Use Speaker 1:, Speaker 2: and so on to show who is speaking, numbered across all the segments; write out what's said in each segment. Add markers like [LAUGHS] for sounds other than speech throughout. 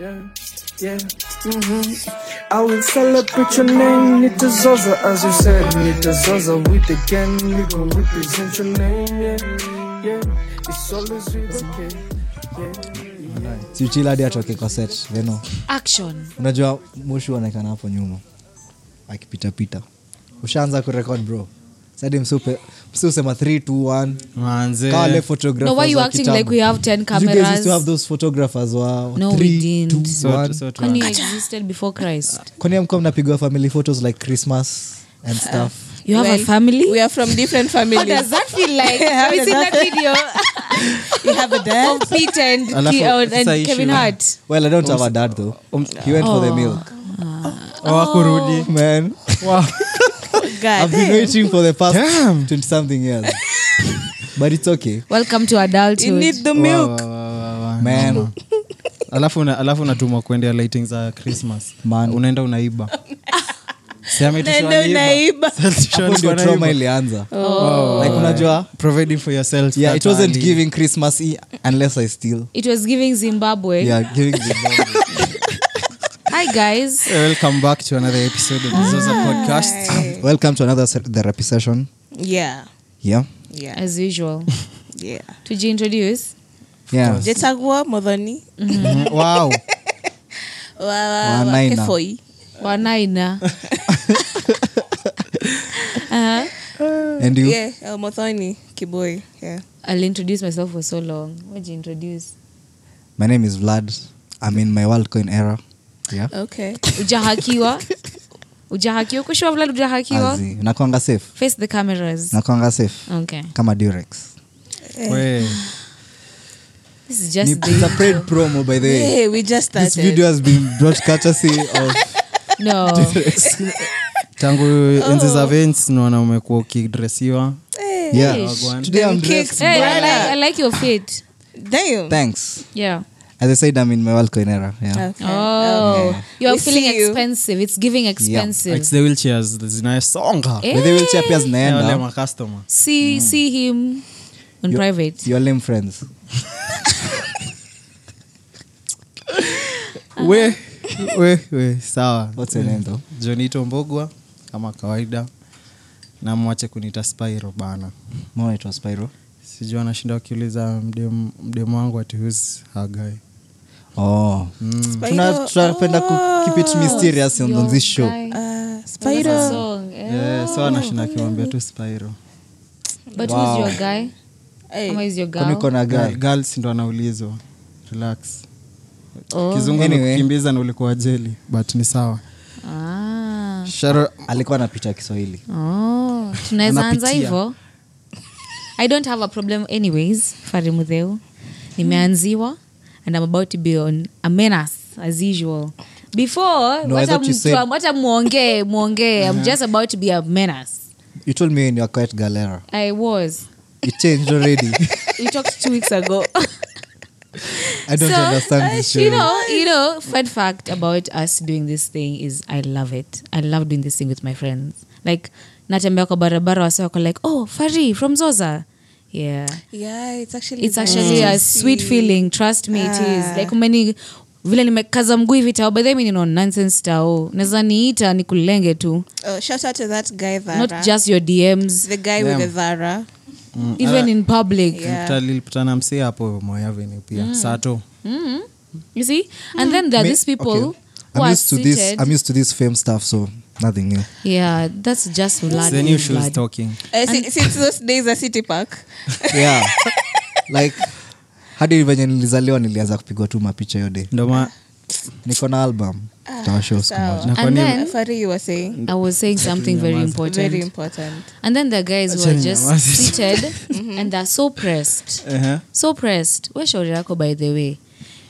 Speaker 1: Yeah, yeah, mm-hmm. I will celebrate your name, Nita Zaza, as you said, Nita Zaza, we the gang, we gon' represent your name, yeah, yeah, it's always with the K, yeah, yeah.
Speaker 2: siuchila hadi atoke kwa set veno
Speaker 3: action
Speaker 2: unajua moshu anaonekana hapo nyuma akipitapita ushaanza kurekod bro sadi msiupe- msiusema 321 kawale
Speaker 3: no why you acting like we have 10 cameras
Speaker 2: photographers wa
Speaker 3: No, we didn't. Kwani you
Speaker 4: sotusotuacha
Speaker 3: existed before
Speaker 2: [LAUGHS]
Speaker 3: christ
Speaker 2: kwani amkuwa mnapigwa family photos like christmas
Speaker 3: [LAUGHS]
Speaker 2: and stuff
Speaker 3: you have a family
Speaker 5: we are from different
Speaker 3: How does
Speaker 5: families
Speaker 3: that feel
Speaker 5: [LAUGHS]
Speaker 3: like? [LAUGHS]
Speaker 5: How
Speaker 3: Have you
Speaker 5: does
Speaker 3: seen
Speaker 5: that
Speaker 3: that video
Speaker 5: you have a dad
Speaker 3: of Pete and,
Speaker 4: Alafu,
Speaker 3: Ki- oh, and
Speaker 4: sasa issue.
Speaker 3: Kevin Hart?
Speaker 2: well i don't have a dad though Um, he went
Speaker 3: Oh.
Speaker 2: for the milk
Speaker 3: Ah.
Speaker 2: Oh,
Speaker 4: wakurudi
Speaker 2: man
Speaker 3: [LAUGHS]
Speaker 2: i've
Speaker 5: god
Speaker 2: been waiting for the past 20 something years
Speaker 3: [LAUGHS]
Speaker 2: but it's okay
Speaker 3: Welcome to
Speaker 5: you need
Speaker 3: adulthood.
Speaker 5: the milk
Speaker 2: man
Speaker 4: alafu una- alafu unatumwa kuendea lighting za christmas
Speaker 2: Man.
Speaker 4: unaenda
Speaker 2: [LAUGHS]
Speaker 4: unaiba Si ameitishwa
Speaker 5: Unaenda
Speaker 4: anaiba.
Speaker 5: unaiba.
Speaker 4: Si
Speaker 2: hapo
Speaker 4: ameitishwa
Speaker 2: ndio trauma
Speaker 4: anaiba.
Speaker 2: ilianza Oh. like unajua
Speaker 4: providing for yourself
Speaker 2: yeah
Speaker 4: that
Speaker 2: it wasn't
Speaker 4: early.
Speaker 2: giving christmas e- unless i steal
Speaker 3: It was giving Zimbabwe.
Speaker 2: yeah giving the
Speaker 3: Hi guys.
Speaker 4: welcome back to another episode of Zoza
Speaker 5: Ah,
Speaker 4: podcast
Speaker 2: welcome to another se- therapy session
Speaker 5: yeah
Speaker 2: yeah
Speaker 5: yeah
Speaker 3: As usual.
Speaker 5: yeah
Speaker 3: Tuji introduce.
Speaker 2: yeah Mm-hmm.
Speaker 5: jetagua modhoni
Speaker 2: wow
Speaker 5: Wa- wa- wa-
Speaker 2: Wanaina.
Speaker 5: Uh, kefoi
Speaker 3: Wanaina. uh-huh.
Speaker 2: and you
Speaker 5: yeah uh, modhoni kiboi yeah
Speaker 3: I'll introduce myself for so long. What'd you introduce?
Speaker 2: my name is vlad i'm in my worldcoin era yeah
Speaker 5: okay
Speaker 3: Ujahakiwa. Ujahakiwa. Kushua Vlad ujahakiwa.
Speaker 2: Azi. nakwanga safe
Speaker 3: Face the cameras.
Speaker 2: nakwanga safe
Speaker 3: Okay.
Speaker 2: kama durex
Speaker 5: eh.
Speaker 4: We.
Speaker 3: This is
Speaker 2: Ni-
Speaker 3: just
Speaker 2: it's a
Speaker 3: the
Speaker 2: paid promo by the way
Speaker 5: yeah we just
Speaker 2: this
Speaker 5: started
Speaker 2: video has been brought courtesy of
Speaker 3: no.
Speaker 4: tangu
Speaker 5: Oh.
Speaker 4: enzi za vents naona umekuwa ukidresiwa
Speaker 2: yeah
Speaker 4: Wagwan.
Speaker 2: today i'm
Speaker 5: And kicks,
Speaker 2: dressed
Speaker 3: Hey, I
Speaker 5: brother.
Speaker 3: like I like your fit.
Speaker 5: damn
Speaker 2: thanks
Speaker 3: Yeah.
Speaker 2: as i said i'm in my worldcoin era yeah
Speaker 5: okay.
Speaker 3: Oh, you are
Speaker 5: We
Speaker 3: feeling
Speaker 5: see you.
Speaker 3: expensive. It's giving expensive.
Speaker 4: it's the wheelchairs zinayesonga
Speaker 3: Eh?
Speaker 2: By the wheelchair pia
Speaker 4: Yeah, wale
Speaker 2: zinaenda
Speaker 4: macustomer
Speaker 5: Ah.
Speaker 3: See, see him on
Speaker 2: You-
Speaker 3: private.
Speaker 2: your lame friends
Speaker 4: we we we sawa Eh.
Speaker 2: what's your name though
Speaker 4: jonito mbogwa kama kawaida na mwache kunita spiro bana
Speaker 2: Mwana itwa Spyro.
Speaker 4: sijui anashinda wakiuliza mdem- mdemu wangu ati who's her guy Mm,
Speaker 2: Oh.
Speaker 5: Spyro.
Speaker 2: Tuna- tunapenda ku keep
Speaker 4: Oh,
Speaker 2: it mysterious on- on this show
Speaker 3: Guy.
Speaker 5: Uh,
Speaker 3: That's a
Speaker 5: Spider.
Speaker 3: song. eh?
Speaker 4: Eh, so anashinda akiwambia tu spiro
Speaker 3: But who's your guy? Ama
Speaker 5: Hey.
Speaker 3: is your girl?
Speaker 2: Kwani uko na girl?
Speaker 4: girls ndo anaulizwa relax
Speaker 3: Oh.
Speaker 4: kizungu
Speaker 2: Anyway.
Speaker 4: kimbiza na ulikuwa jeli but ni sawa
Speaker 3: Ah.
Speaker 4: Sharo-
Speaker 2: alikuwa anapita kiswahili
Speaker 3: Oh. Tunaweza anza
Speaker 4: Anapitia.
Speaker 3: hivyo. I don't have a problem anyways, Farimudeu. Nimeanziwa and I'm about to be on a menace as usual. Before,
Speaker 2: No, I
Speaker 3: hata
Speaker 2: thought you said-
Speaker 3: mtu- hata muongee, muongee. I'm just about to be a menace.
Speaker 2: you told me in your quiet girl era
Speaker 3: I was.
Speaker 2: it changed already
Speaker 3: We talked two weeks ago. uh,
Speaker 2: i [LAUGHS] don't understand this
Speaker 3: you
Speaker 2: show
Speaker 3: know, you know, fun fact about us doing this thing is I love it. I love doing this thing with my friends. Like natembea kwa barabara wase wako like, "Oh, Fari from Zoza." Yeah.
Speaker 5: Yeah, it's actually
Speaker 3: It's actually a sweet feeling, trust me it is.
Speaker 5: Ah.
Speaker 3: Like many vile nimekaza mguu hivi tao by the way mimi ninaona nonsense tao. Naweza niita nikulenge tu.
Speaker 5: Oh, shout out to that guy Vara.
Speaker 3: Not just your DMs,
Speaker 5: the guy with the Vara.
Speaker 2: Mm. Uh,
Speaker 3: even in public.
Speaker 5: Yeah.
Speaker 4: Tutalipatana msee hapo moyaveni pia sato
Speaker 3: You see? And then there are
Speaker 2: Me-
Speaker 3: these people
Speaker 2: okay.
Speaker 3: who
Speaker 2: i'm
Speaker 3: are
Speaker 2: used to
Speaker 3: seated.
Speaker 2: this i'm used to this fame stuff so nothing new
Speaker 3: Yeah, that's just Vlad.
Speaker 4: Then
Speaker 3: being
Speaker 4: you should
Speaker 3: Vlad.
Speaker 4: talking
Speaker 5: Uh, si- since those days at City Park.
Speaker 2: yeah like hadi venye nilizaliwa nilianza kupigwa tu mapicha yode
Speaker 4: Ndo ma-
Speaker 2: niko na album tawashow siku moja
Speaker 4: na
Speaker 3: And
Speaker 4: kwa nini-
Speaker 3: then-
Speaker 5: Uh, Fari, you were saying
Speaker 3: I was saying something very important.
Speaker 5: very important.
Speaker 3: and then the guys were
Speaker 4: Achana
Speaker 3: just
Speaker 4: nyamazi.
Speaker 3: seated
Speaker 2: [LAUGHS] Mm-hmm.
Speaker 3: and they're so pressed.
Speaker 2: Uh-huh.
Speaker 4: Ehe.
Speaker 3: So pressed. Where's shauri yako by the way?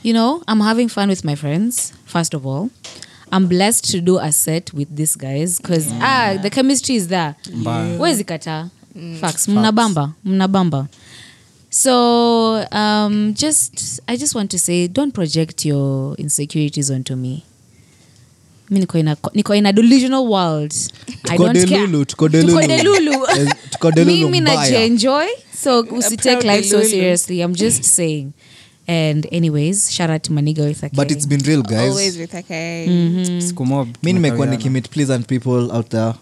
Speaker 3: You know, I'm having fun with my friends, first of all. I'm blessed to do a set with these guys because ah, the chemistry is there.
Speaker 4: Mbaya.
Speaker 3: Wezi kata. Facts. Mnabamba. Mnabamba. So um, just I just want to say don't project your insecurities onto me. Mi niko in a, niko in a delusional world. I
Speaker 2: Tuko
Speaker 3: don't care.
Speaker 2: delulu, tuko delulu.
Speaker 3: Tuko delulu.
Speaker 2: Eh, tuko delulu
Speaker 3: Mimi
Speaker 2: mbaya.
Speaker 3: najienjoy so
Speaker 5: A
Speaker 3: usi take
Speaker 5: proud
Speaker 3: life so
Speaker 5: delulu.
Speaker 3: seriously. I'm just saying. and anyways shout out to maniga with a K.
Speaker 2: but it's been real guys
Speaker 5: always with a K.
Speaker 3: Mm.
Speaker 4: Siku mob,
Speaker 2: mi nimekuwa
Speaker 4: tunakariana.
Speaker 2: nikimit pleasant people out there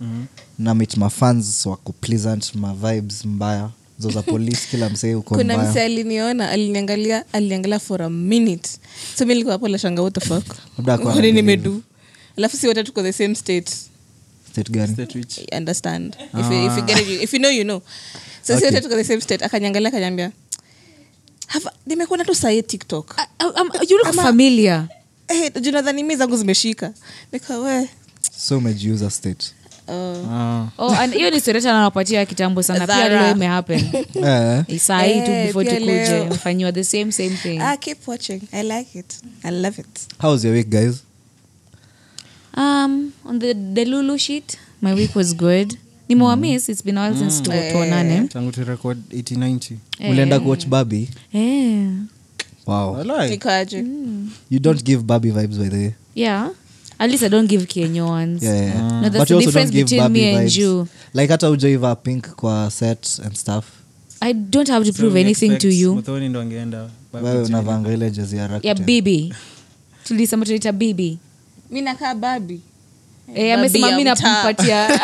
Speaker 4: Mhm.
Speaker 2: namit mafans wako pleasant mavibes mbaya zo za
Speaker 4: [LAUGHS]
Speaker 2: police kila msee uko
Speaker 5: kuna mse
Speaker 2: mbaya
Speaker 5: aliniona aliniangalia aliniangalia for a minute so mi nilikuwa hapo lashanga what the fuck
Speaker 2: Labda alikuwa
Speaker 5: Kwani
Speaker 2: ananielewa.
Speaker 5: nimedu alafu si wote tuko the same state
Speaker 2: State gani
Speaker 4: State which-
Speaker 5: I understand if, you, if, you get it, you, if you know you know so si wote tuko the same state akaniangalia akaniambia "Have- nimekuona tu sahi tiktok
Speaker 3: Ah, ah, um, you look familiar
Speaker 5: Eh, junadhani mi zangu zimeshika nikawe
Speaker 2: so umejiuza state
Speaker 4: Ah.
Speaker 3: oh, and hiyo ni soreta anawapatia kitambo sana pia
Speaker 5: Zara.
Speaker 3: leo imehappen
Speaker 2: [LAUGHS] eh,
Speaker 3: sahii tu
Speaker 5: Eh,
Speaker 3: before
Speaker 5: pia
Speaker 3: tukuje
Speaker 5: leo.
Speaker 3: mfanyiwa the same same thing
Speaker 5: ah, keep watching i like it i love it
Speaker 2: how's your week guys
Speaker 3: um, on the, the lulu sheet my week was good
Speaker 2: Mm.
Speaker 3: nimewamis it's been a while since tu-
Speaker 2: Eh,
Speaker 3: tuonane
Speaker 4: tangu turekod 890
Speaker 2: ulienda kuwatch babi
Speaker 3: Eh,
Speaker 2: wow
Speaker 5: nikaje
Speaker 2: you don't give babi vibes by the way
Speaker 3: yeah at least i don't give kenya ones
Speaker 2: Yeah, yeah.
Speaker 4: Mm.
Speaker 3: No, that's
Speaker 2: But
Speaker 3: the
Speaker 2: you also
Speaker 3: difference
Speaker 2: don't give
Speaker 3: between
Speaker 2: Barbie
Speaker 3: me and
Speaker 2: vibes.
Speaker 3: you.
Speaker 2: like hata ujoiva pink kwa set and stuff
Speaker 3: i don't have to prove
Speaker 4: So we
Speaker 3: anything to
Speaker 4: expect
Speaker 3: you
Speaker 4: Muthoni ndo angeenda
Speaker 2: wewe unavanga ile jezi ya
Speaker 3: yeah
Speaker 2: Rakuten.
Speaker 3: bibi tulisema tunaita bibi
Speaker 5: mi nakaa babi
Speaker 3: Eh, amesema
Speaker 5: ya
Speaker 3: mi
Speaker 5: mtaa. [LAUGHS]
Speaker 3: napatia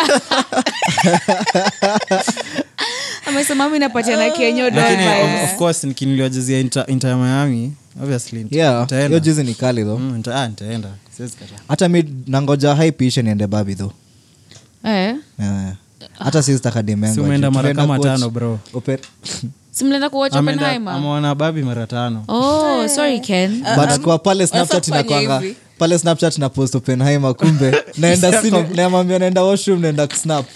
Speaker 3: amesema mi napatia na kenyo
Speaker 4: lakini
Speaker 3: dollar.
Speaker 4: of- of course nikinuliwa jezi ya inter, inter miami obviously nita-
Speaker 2: Yeah,
Speaker 4: nitaenda.
Speaker 2: hiyo jezi ni kali though
Speaker 4: Mm, nita- ah, nitaenda siwezi kataa
Speaker 2: hata mi nangoja hype ishe niende babi though
Speaker 3: eh
Speaker 2: Yeah, yeah. hata
Speaker 4: Si umeenda mara kama tano, bro.
Speaker 2: sistakadimengobutkwa
Speaker 3: simlenda kuwatch
Speaker 4: Ameenda-
Speaker 3: Oppenheimer?
Speaker 4: ameona babi mara tano
Speaker 3: oh
Speaker 5: Eh.
Speaker 3: sorry ken
Speaker 2: pale snapchat
Speaker 5: kufanya
Speaker 2: inakwanga
Speaker 5: hivi.
Speaker 2: pale snapchat na post openheimer
Speaker 3: [LAUGHS]
Speaker 2: kumbe naenda sini- namwambia naenda washroom naenda snap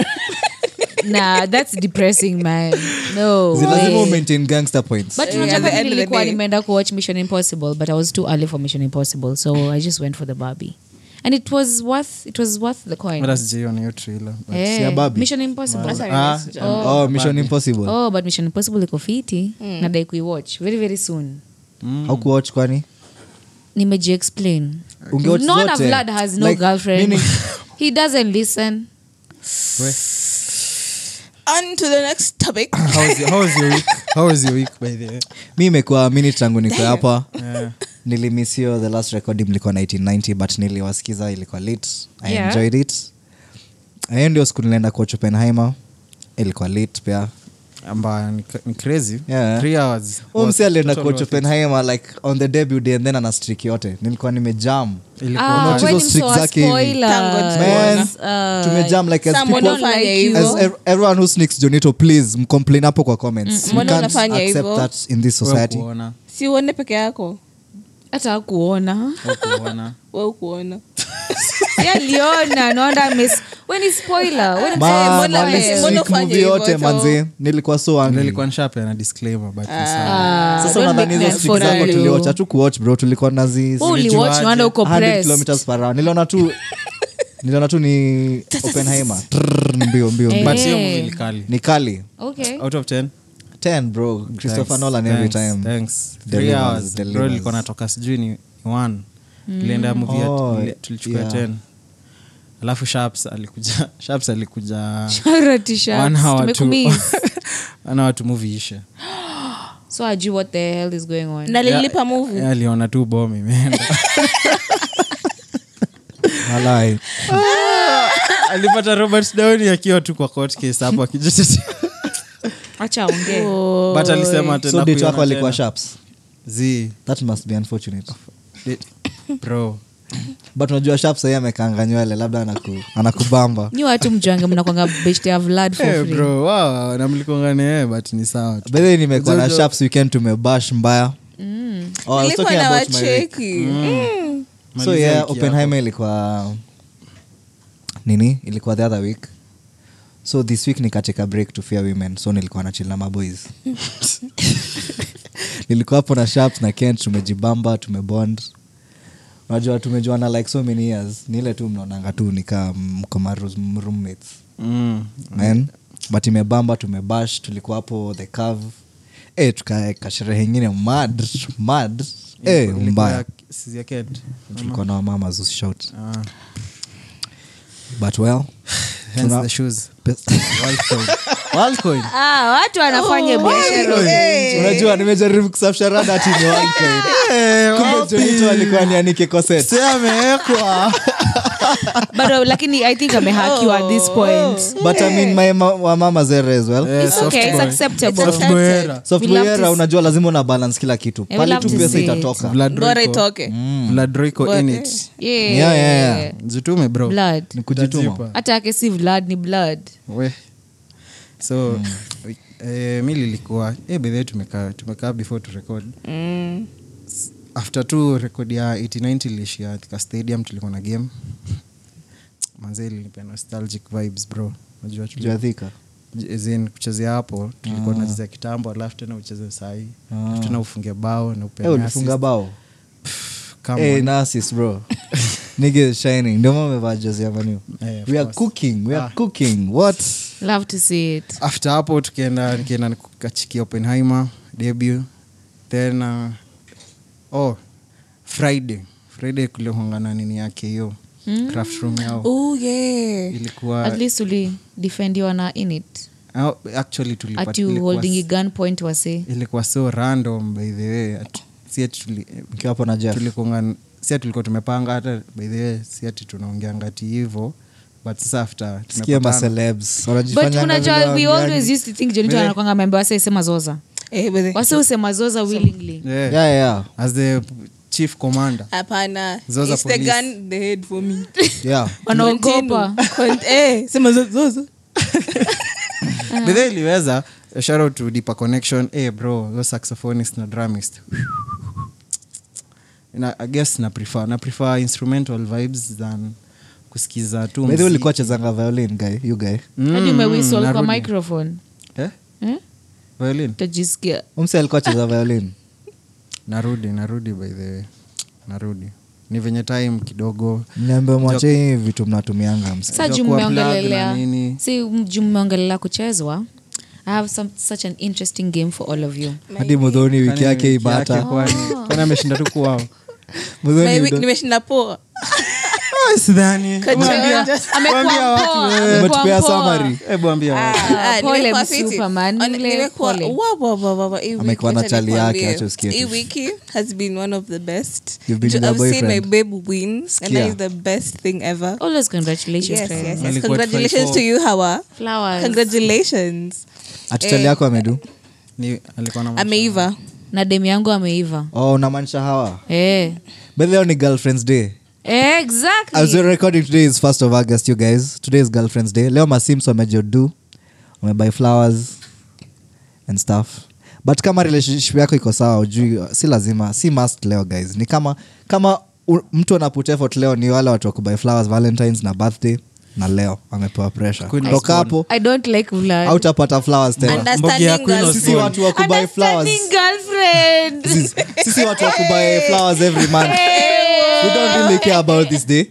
Speaker 3: nah that's depressing man no
Speaker 2: Zi- lazima
Speaker 3: way.
Speaker 2: umaintain gangster points
Speaker 3: but
Speaker 5: Yeah, at the
Speaker 3: unajua
Speaker 5: end of the
Speaker 3: nilikuwa
Speaker 5: day.
Speaker 3: nimeenda kuwatch mission impossible but i was too early for mission impossible so i just went for the barbie and it was worth it was worth the coin
Speaker 4: hata sijaiona hiyo trailer, but-
Speaker 3: Eh,
Speaker 2: si ya Barbie?
Speaker 3: mission impossible
Speaker 4: Ah,
Speaker 2: oh, mission impossible
Speaker 3: oh but mission impossible iko fiti nadai kuiwatch very very soon
Speaker 2: haukuwatch kwani
Speaker 3: nimejiexplain
Speaker 2: Ungewatch
Speaker 3: none
Speaker 2: zote.
Speaker 3: of Vlad has no
Speaker 2: Like,
Speaker 3: girlfriend
Speaker 2: meaning-
Speaker 3: [LAUGHS] he doesn't listen
Speaker 4: We,
Speaker 5: on to the next
Speaker 4: [LAUGHS]
Speaker 5: topic
Speaker 4: how was your- how was your week? How was your week, by the way?
Speaker 2: mi imekuwa mini tangu niko hapa
Speaker 4: Yeah.
Speaker 2: nilimisio the last recording mlikuwa 1990 but niliwasikiza ilikuwa lit i
Speaker 3: Yeah.
Speaker 2: enjoyed it hiyo ndio siku nilienda kwa chopenheimer ilikuwa lit pia
Speaker 4: Ambayo ni cra- ni crazy.
Speaker 2: Yeah.
Speaker 4: Three hours.
Speaker 2: Huyu msee alienda
Speaker 4: Total
Speaker 2: kwa
Speaker 4: was-
Speaker 2: chopenheimer like on the debut day and then ana streak yote nilikuwa nimejam
Speaker 5: Uh,
Speaker 4: ilikuwa-
Speaker 3: Ah,
Speaker 2: Unacheza
Speaker 3: when
Speaker 2: streak
Speaker 3: msoa
Speaker 2: zake hivi.
Speaker 3: spoilers.
Speaker 2: Man,
Speaker 3: Uh,
Speaker 2: tumejam like as
Speaker 5: someone
Speaker 2: people-
Speaker 5: don't like
Speaker 2: as
Speaker 5: you.
Speaker 2: ev- everyone who sneaks jonito please mcomplain hapo kwa comments We
Speaker 5: Mm, mbona
Speaker 2: can't
Speaker 5: unafanya
Speaker 2: accept
Speaker 5: hivyo?
Speaker 2: that in this
Speaker 4: we
Speaker 2: society
Speaker 4: kuona,
Speaker 5: si uone peke yako
Speaker 2: [LAUGHS]
Speaker 3: hata kuona
Speaker 4: [LAUGHS] we kuona.
Speaker 5: we kuona
Speaker 2: Mm.
Speaker 3: aliona naonda miss weni spoiler weni
Speaker 2: Ma-
Speaker 5: Eh, mbona-
Speaker 2: ma-
Speaker 5: mbona
Speaker 2: sneak
Speaker 5: ufanye
Speaker 2: movie
Speaker 5: hivyo
Speaker 2: yote
Speaker 5: tu?
Speaker 2: manzi nilikuwa so angry.
Speaker 4: Nilikuwa nishape na disclaimer, but
Speaker 3: Ah.
Speaker 4: ni sawa.
Speaker 2: sasa nadhani hizo streak zako tuliwacha tu kuwatch bro tulikuwa nazi
Speaker 3: uliwatch naonda uko
Speaker 2: 100
Speaker 3: pressed.
Speaker 2: kilometers per hour niliona
Speaker 5: [LAUGHS]
Speaker 2: tu niliona tu ni openheimer Trrr, mbio mbio
Speaker 5: Eh.
Speaker 2: mbio
Speaker 4: But hiyo
Speaker 3: Eh.
Speaker 4: movie ni kali.
Speaker 2: ni kali
Speaker 3: okay
Speaker 4: Out of 10,
Speaker 2: 10 bro christopher
Speaker 4: thanks,
Speaker 2: nolan every
Speaker 4: thanks,
Speaker 2: time
Speaker 4: thanks. Three
Speaker 2: Delivers,
Speaker 4: hours, bro,
Speaker 2: delivers.
Speaker 4: ilikuwa natoka sijui ni ni one
Speaker 3: Mm.
Speaker 4: Tulienda movie ya-
Speaker 2: Oh,
Speaker 4: tuli- tulichukua
Speaker 2: yeah.
Speaker 4: 10. alafu Sharps alikuja [LAUGHS] Sharps alikuja
Speaker 3: [LAUGHS]
Speaker 4: one hour to-
Speaker 3: charatish
Speaker 4: [LAUGHS] one hour to movie ishe
Speaker 3: [LAUGHS] so ajui what the hell is going on
Speaker 5: na lilipa muvi
Speaker 4: Yeah, aliona tu bom imeenda
Speaker 2: Walai.
Speaker 4: [LAUGHS] alipata robert down akiwa tu kwa court case hapo akijitetea
Speaker 3: acha ongee
Speaker 4: but alisema tena
Speaker 2: so date
Speaker 4: kuiona
Speaker 2: wako alikuwa
Speaker 4: tena.
Speaker 2: sharps
Speaker 4: Zii,
Speaker 2: that must be unfortunate
Speaker 4: date- bro
Speaker 2: but unajua sharps sahii amekanga nywele labda anaku, anakubamba
Speaker 3: nyi watu mjwange mnakwanga best ya vlad [LAUGHS] for
Speaker 4: Eh,
Speaker 3: free
Speaker 4: bro wow, namlikongane yeye but ni sawa tu
Speaker 2: bedhe nimekuwa na sharps weekend tumebash mbaya oh, I was
Speaker 5: Mm. nilikuwa
Speaker 2: talking
Speaker 5: na
Speaker 2: about my week.
Speaker 5: wacheki Mm.
Speaker 2: so
Speaker 4: Malizia
Speaker 2: yeah
Speaker 4: wiki
Speaker 2: openheimer ilikuwa nini ilikuwa the other week so this week nikateka break to fear women so nilikuwa na chill na maboys [LAUGHS] nilikuwa hapo na sharps na kent tumejibamba tumebond unajua tumejuana like so many years ni ile tu mnaonanga tu nikaa mko ma room- roommates
Speaker 4: Mm.
Speaker 2: man but imebamba tumebash tulikuwa hapo the curve eh tukaeka sherehe ingine mad mad eh
Speaker 4: Ilikuwa
Speaker 2: mbaya
Speaker 4: ya- si ya Kent.
Speaker 2: tulikuwa na wamama zushout
Speaker 4: Ah,
Speaker 2: but well
Speaker 4: hence [SIGHS]
Speaker 2: tuna- [LAUGHS]
Speaker 4: the shoes.
Speaker 2: pes-
Speaker 4: [LAUGHS] Wild card. Walcoin.
Speaker 3: ah, watu wanafanya biashara
Speaker 2: unajua nimejaribu kusafisha rada ati ni Walcoin.
Speaker 4: Eh,
Speaker 2: Kumbe
Speaker 4: wapi?
Speaker 2: Johnny tu alikuwa nianike corset.
Speaker 4: Msee amewekwa
Speaker 3: but uh, lakini i think amehakiwa at this point
Speaker 2: but i mean my ma- wa mama zere as well
Speaker 4: Eh,
Speaker 3: It's
Speaker 4: soft
Speaker 3: okay, it's
Speaker 4: boy.
Speaker 3: acceptable.
Speaker 4: Soft boy era.
Speaker 2: software
Speaker 3: love to
Speaker 2: era
Speaker 3: see-
Speaker 2: unajua lazima una balance kila kitu
Speaker 3: we
Speaker 2: pale
Speaker 3: love
Speaker 2: tu
Speaker 3: to
Speaker 2: pesa
Speaker 3: see it.
Speaker 2: itatoka
Speaker 4: Vlad
Speaker 5: bora
Speaker 4: Royko.
Speaker 5: itoke
Speaker 4: Vlad Royko in it.
Speaker 3: Yeah.
Speaker 2: Yeah, yeah, yeah.
Speaker 4: jitume bro
Speaker 3: Blood.
Speaker 2: ni kujituma
Speaker 4: Utajipa.
Speaker 3: hata ake si vlad ni blood
Speaker 4: We. Mm. so eh, mi lilikuwa eh, bedhe tumekaa tumekaa before to record
Speaker 5: Mm.
Speaker 4: after tu rekod ya 89 ilishia katika stadium tulikuwa na game manze ilinipea nostalgic vibes bro najua
Speaker 2: jathika
Speaker 4: zin kuchezea hapo
Speaker 2: Ah.
Speaker 4: tulikuwa tunachezea kitambo alafu tena ucheze sahii alafu tena ufunge bao na upeane
Speaker 2: Eh, ulifunga
Speaker 4: assist.
Speaker 2: bao
Speaker 4: Come
Speaker 2: Eh,
Speaker 4: on.
Speaker 2: na assist, bro [LAUGHS] Nigga is shining ndio maana amevaa jezi ya Man U.
Speaker 4: Eh, of
Speaker 2: we are
Speaker 4: course.
Speaker 2: cooking we are cooking what
Speaker 3: love to see it
Speaker 4: after hapo tukienda nikienda nikachikia oppenheimer debut then uh, oh friday friday kulihongana nini yake hiyo craft room yao
Speaker 5: Oh, yeah.
Speaker 4: ilikuwa
Speaker 3: Hmm? at least uli defendiwa na init
Speaker 4: au- actually tulipata-
Speaker 3: atu
Speaker 4: ilikuwa-
Speaker 3: holding a gun point wase
Speaker 4: ilikuwa so random by the way At- si ati tuli- eh,
Speaker 2: mkiwa hapo na Jeff
Speaker 4: tulikungan- si ati tulikuwa tumepanga hata by the way si ati tunaongea ngati hivo but sasa after
Speaker 2: sikia ma
Speaker 4: tumepatana-
Speaker 2: celebs
Speaker 3: but
Speaker 2: wanajifanya
Speaker 3: unajua we always used to think jonito anakwanga membe wase isema zoza
Speaker 5: Eh, by the-
Speaker 3: wase usema zoza willingly
Speaker 4: Yeah,
Speaker 2: yeah yeah
Speaker 4: as the chief
Speaker 5: [LAUGHS]
Speaker 4: commander
Speaker 5: hapana
Speaker 4: Zoza
Speaker 5: It's the
Speaker 4: police.
Speaker 5: gun the head for me
Speaker 2: yeah
Speaker 3: [LAUGHS] wanaogopa
Speaker 5: Con- [LAUGHS] eh, sema zo- zozo
Speaker 4: bedhe iliweza shout out to Deeper connection hey bro those saxophonist na dramist [SIGHS] na, i guess na prefer na prefer instrumental vibes than kusikiza tu
Speaker 2: by the way
Speaker 4: mziki.
Speaker 2: ulikuwa chezanga violin guy you guy
Speaker 4: Mm,
Speaker 3: hadi umewisol kwa
Speaker 4: narudi.
Speaker 3: microphone
Speaker 4: Eh?
Speaker 3: Eh?
Speaker 4: violin
Speaker 3: utajisikia
Speaker 2: umse alikuwa cheza violin
Speaker 4: narudi narudi by the way narudi ni venye time kidogo
Speaker 2: niambe mwache hii vitu mnatumianga mse
Speaker 3: sa juu
Speaker 4: Unajua kuwa plug na
Speaker 3: mmeongelelea
Speaker 4: nini.
Speaker 3: si juu mmeongelelea kuchezwa i have some, such an interesting game for all of you
Speaker 2: hadi mudhoni wiki yake
Speaker 4: Yake
Speaker 3: Oh.
Speaker 2: ibata
Speaker 4: kwani kwani ameshinda tu kuwao
Speaker 2: mudhoni
Speaker 5: My week nimeshinda poa
Speaker 4: Ah, sidhani Mwambia-
Speaker 3: Amekuwa
Speaker 4: mwambia watu
Speaker 3: mpoa,
Speaker 4: wewe.
Speaker 3: amekuwa
Speaker 2: umetupea
Speaker 3: mpoa.
Speaker 2: summary
Speaker 4: hebu ambia watu.
Speaker 5: Ah,
Speaker 3: pole
Speaker 5: nimekuwa fiti.
Speaker 3: Msuperman,
Speaker 5: On-
Speaker 3: mle
Speaker 5: nimekuwa-
Speaker 3: pole.
Speaker 5: wa- wa- wa- wa- wa- hii wiki,
Speaker 2: Amekuwa na
Speaker 5: wacha
Speaker 2: chali
Speaker 5: nikwambie.
Speaker 2: yake, acha usikie
Speaker 5: Hii
Speaker 2: tu.
Speaker 5: wiki has been one of the best
Speaker 2: You've been
Speaker 5: Ju-
Speaker 2: their
Speaker 5: I've seen my
Speaker 2: boyfriend.
Speaker 5: babe win and
Speaker 2: Sikia.
Speaker 5: that is the best thing ever
Speaker 3: always congratulations
Speaker 5: yes,
Speaker 3: friend.
Speaker 5: yes, yes.
Speaker 4: Alikuwa
Speaker 5: congratulations
Speaker 4: 24.
Speaker 5: to you hawa
Speaker 3: Flowers.
Speaker 5: congratulations
Speaker 2: atuchali yako amedu
Speaker 4: Ni- alikuwa na
Speaker 5: ameiva
Speaker 3: na demu yangu ameiva
Speaker 2: oh unamaanisha hawa
Speaker 3: eh.
Speaker 2: But leo ni girlfriends day
Speaker 3: Eh, exactly.
Speaker 2: as we're recording today is 1st of august you guys today is girlfriends day leo masims wamejodu wamebuy flowers and stuff but kama relationship yako iko sawa ujui si lazima si must leo guys ni kama kama u- mtu anaput effort leo ni wale watu wa kubuy flowers valentines na birthday na leo wamepewa pressure
Speaker 4: Queen was
Speaker 2: toka
Speaker 4: born.
Speaker 2: hapo
Speaker 3: I don't like Vlad.
Speaker 2: hautapata flowers tena
Speaker 5: understanding
Speaker 4: Queen
Speaker 5: girls
Speaker 4: was
Speaker 2: sisi
Speaker 4: born.
Speaker 2: watu wa kubuy flowers
Speaker 3: Understanding girlfriend. [LAUGHS]
Speaker 2: sisi, sisi watu wa kubuy flowers every month
Speaker 3: Eh.
Speaker 2: we don't really care about this day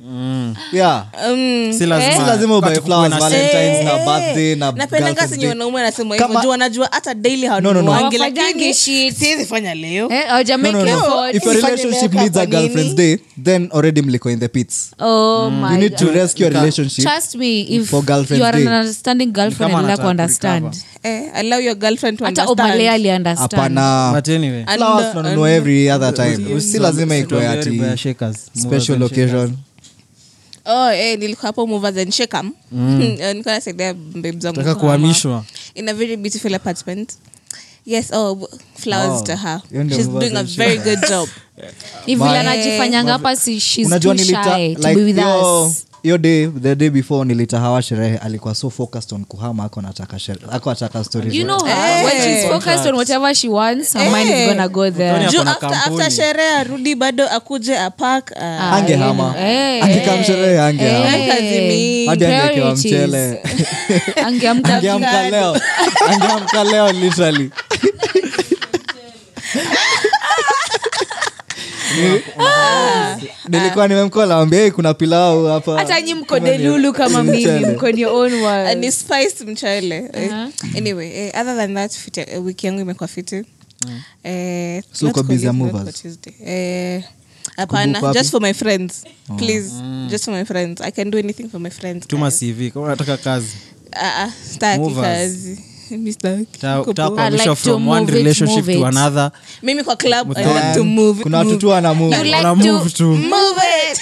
Speaker 2: yeah
Speaker 5: um,
Speaker 3: Eh?
Speaker 4: Si lazima-
Speaker 2: si lazima
Speaker 4: Kwa
Speaker 2: ubuy
Speaker 4: tukuwe
Speaker 2: flowers
Speaker 4: na
Speaker 2: valentines
Speaker 5: eh,
Speaker 2: na
Speaker 5: eh,
Speaker 2: birthday na
Speaker 5: napenda
Speaker 2: girlfriend's
Speaker 5: kasi
Speaker 2: day.
Speaker 5: wanaume anasema
Speaker 2: Kama-
Speaker 5: hivyo juu wanajua hata daily
Speaker 2: no, no.
Speaker 5: hawanuangi
Speaker 3: Hawafanyangi
Speaker 5: lakini
Speaker 3: shit.
Speaker 5: siwezi fanya leo
Speaker 3: Eh, haujamake
Speaker 2: No, no, no.
Speaker 3: effort.
Speaker 2: if a
Speaker 5: Ifanye
Speaker 2: relationship
Speaker 5: leo
Speaker 2: needs a
Speaker 5: kwa nini?
Speaker 2: girlfriend's day then already mliko in the pits
Speaker 3: Oh
Speaker 2: Mm. you
Speaker 3: my
Speaker 2: need to
Speaker 3: God.
Speaker 2: rescue a relationship
Speaker 3: Trust me, if
Speaker 2: For girlfriend's
Speaker 3: you are an
Speaker 2: day.
Speaker 3: understanding girlfriend,
Speaker 4: Ni kama
Speaker 3: I'll
Speaker 4: anataka
Speaker 3: understand.
Speaker 4: kurecover.
Speaker 5: eh, allow your girlfriend to
Speaker 3: Hata
Speaker 5: understand.
Speaker 3: Obale ali understand.
Speaker 2: hapana
Speaker 4: But anyway,
Speaker 3: Ah.
Speaker 5: And-
Speaker 2: flowers tunanunua every other time si lazima ikwe
Speaker 4: Tuambie
Speaker 2: ati
Speaker 4: Riba ya Shakers,
Speaker 2: special
Speaker 4: Mothers and Shakers.
Speaker 2: occasion
Speaker 5: oh, eh, nilikuwa hapo movers and shakam
Speaker 2: Mm.
Speaker 5: [LAUGHS] nilikuwa nasaidia babe zangu
Speaker 4: Nataka
Speaker 5: kuhama.
Speaker 4: kuhamishwa
Speaker 5: in a very beautiful apartment yes oh w- flowers
Speaker 2: Wow.
Speaker 5: to her
Speaker 2: Hiyo ndio
Speaker 5: she's
Speaker 2: movers
Speaker 5: doing a
Speaker 2: and
Speaker 5: very good job
Speaker 2: [LAUGHS]
Speaker 3: Ni vile
Speaker 2: Ma-
Speaker 3: anajifanyanga hapa si she's
Speaker 2: unajua
Speaker 3: too
Speaker 2: nilita
Speaker 3: shy to be
Speaker 2: like
Speaker 3: with
Speaker 2: hiyo-
Speaker 3: us.
Speaker 2: hiyo day the day before nilitahawa sherehe alikuwa so focused on kuhama ako nataka shere- ako ataka stories
Speaker 3: You know her. When she's focused on whatever she wants, her mind is gonna go there.
Speaker 2: Yaani
Speaker 4: Antonio
Speaker 5: Eh. juu
Speaker 4: kuna
Speaker 5: after,
Speaker 4: kampuni.
Speaker 5: after sherehe arudi bado akuje apak
Speaker 3: Ah.
Speaker 5: uh,
Speaker 2: angehama
Speaker 3: Eh,
Speaker 2: akikamsherehe angehama
Speaker 3: Eh,
Speaker 5: Kazimi.
Speaker 2: hadi angekewa
Speaker 3: priorities.
Speaker 2: mchele
Speaker 3: [LAUGHS] Angeamka
Speaker 2: angeamka leo angeamka leo literally Ni- nilikuwa nimemkola ambia "Hey, kuna pilau hapa
Speaker 3: hata nyi mko delulu kama mimi
Speaker 2: Mchele.
Speaker 3: mko in your own
Speaker 5: and
Speaker 3: world.
Speaker 5: it's spiced mchele
Speaker 3: Uh-huh.
Speaker 5: eh, anyway eh, other than that fiti, eh, wiki yangu imekuwa fiti Eh,
Speaker 2: Mm. So
Speaker 5: not
Speaker 2: uko busy
Speaker 5: for
Speaker 2: ya
Speaker 5: week, not
Speaker 2: movers?
Speaker 5: for Tuesday. Eh, hapana
Speaker 2: Kubuku wapi? Oh. Mm.
Speaker 5: just for my friends please just for my friends i can do anything for my friends
Speaker 4: tuma
Speaker 5: guys.
Speaker 4: cv kama unataka kazi
Speaker 5: Ah, ah, sitaki
Speaker 4: Movers.
Speaker 5: kazi [LAUGHS] Mr.
Speaker 4: Ta-
Speaker 5: Kiko
Speaker 4: ta-
Speaker 5: Poa.
Speaker 3: I'd like
Speaker 4: kuhamisha
Speaker 3: to
Speaker 4: from one
Speaker 3: move it,
Speaker 4: relationship
Speaker 3: move
Speaker 4: to
Speaker 3: it.
Speaker 4: another
Speaker 5: mimi kwa club I
Speaker 4: Then,
Speaker 5: want to move,
Speaker 2: kuna watu
Speaker 5: move.
Speaker 2: tu
Speaker 3: You like
Speaker 2: wanamove
Speaker 3: to-
Speaker 4: Wanamove tu.
Speaker 3: [LAUGHS]
Speaker 5: Move
Speaker 2: [LAUGHS]
Speaker 5: it.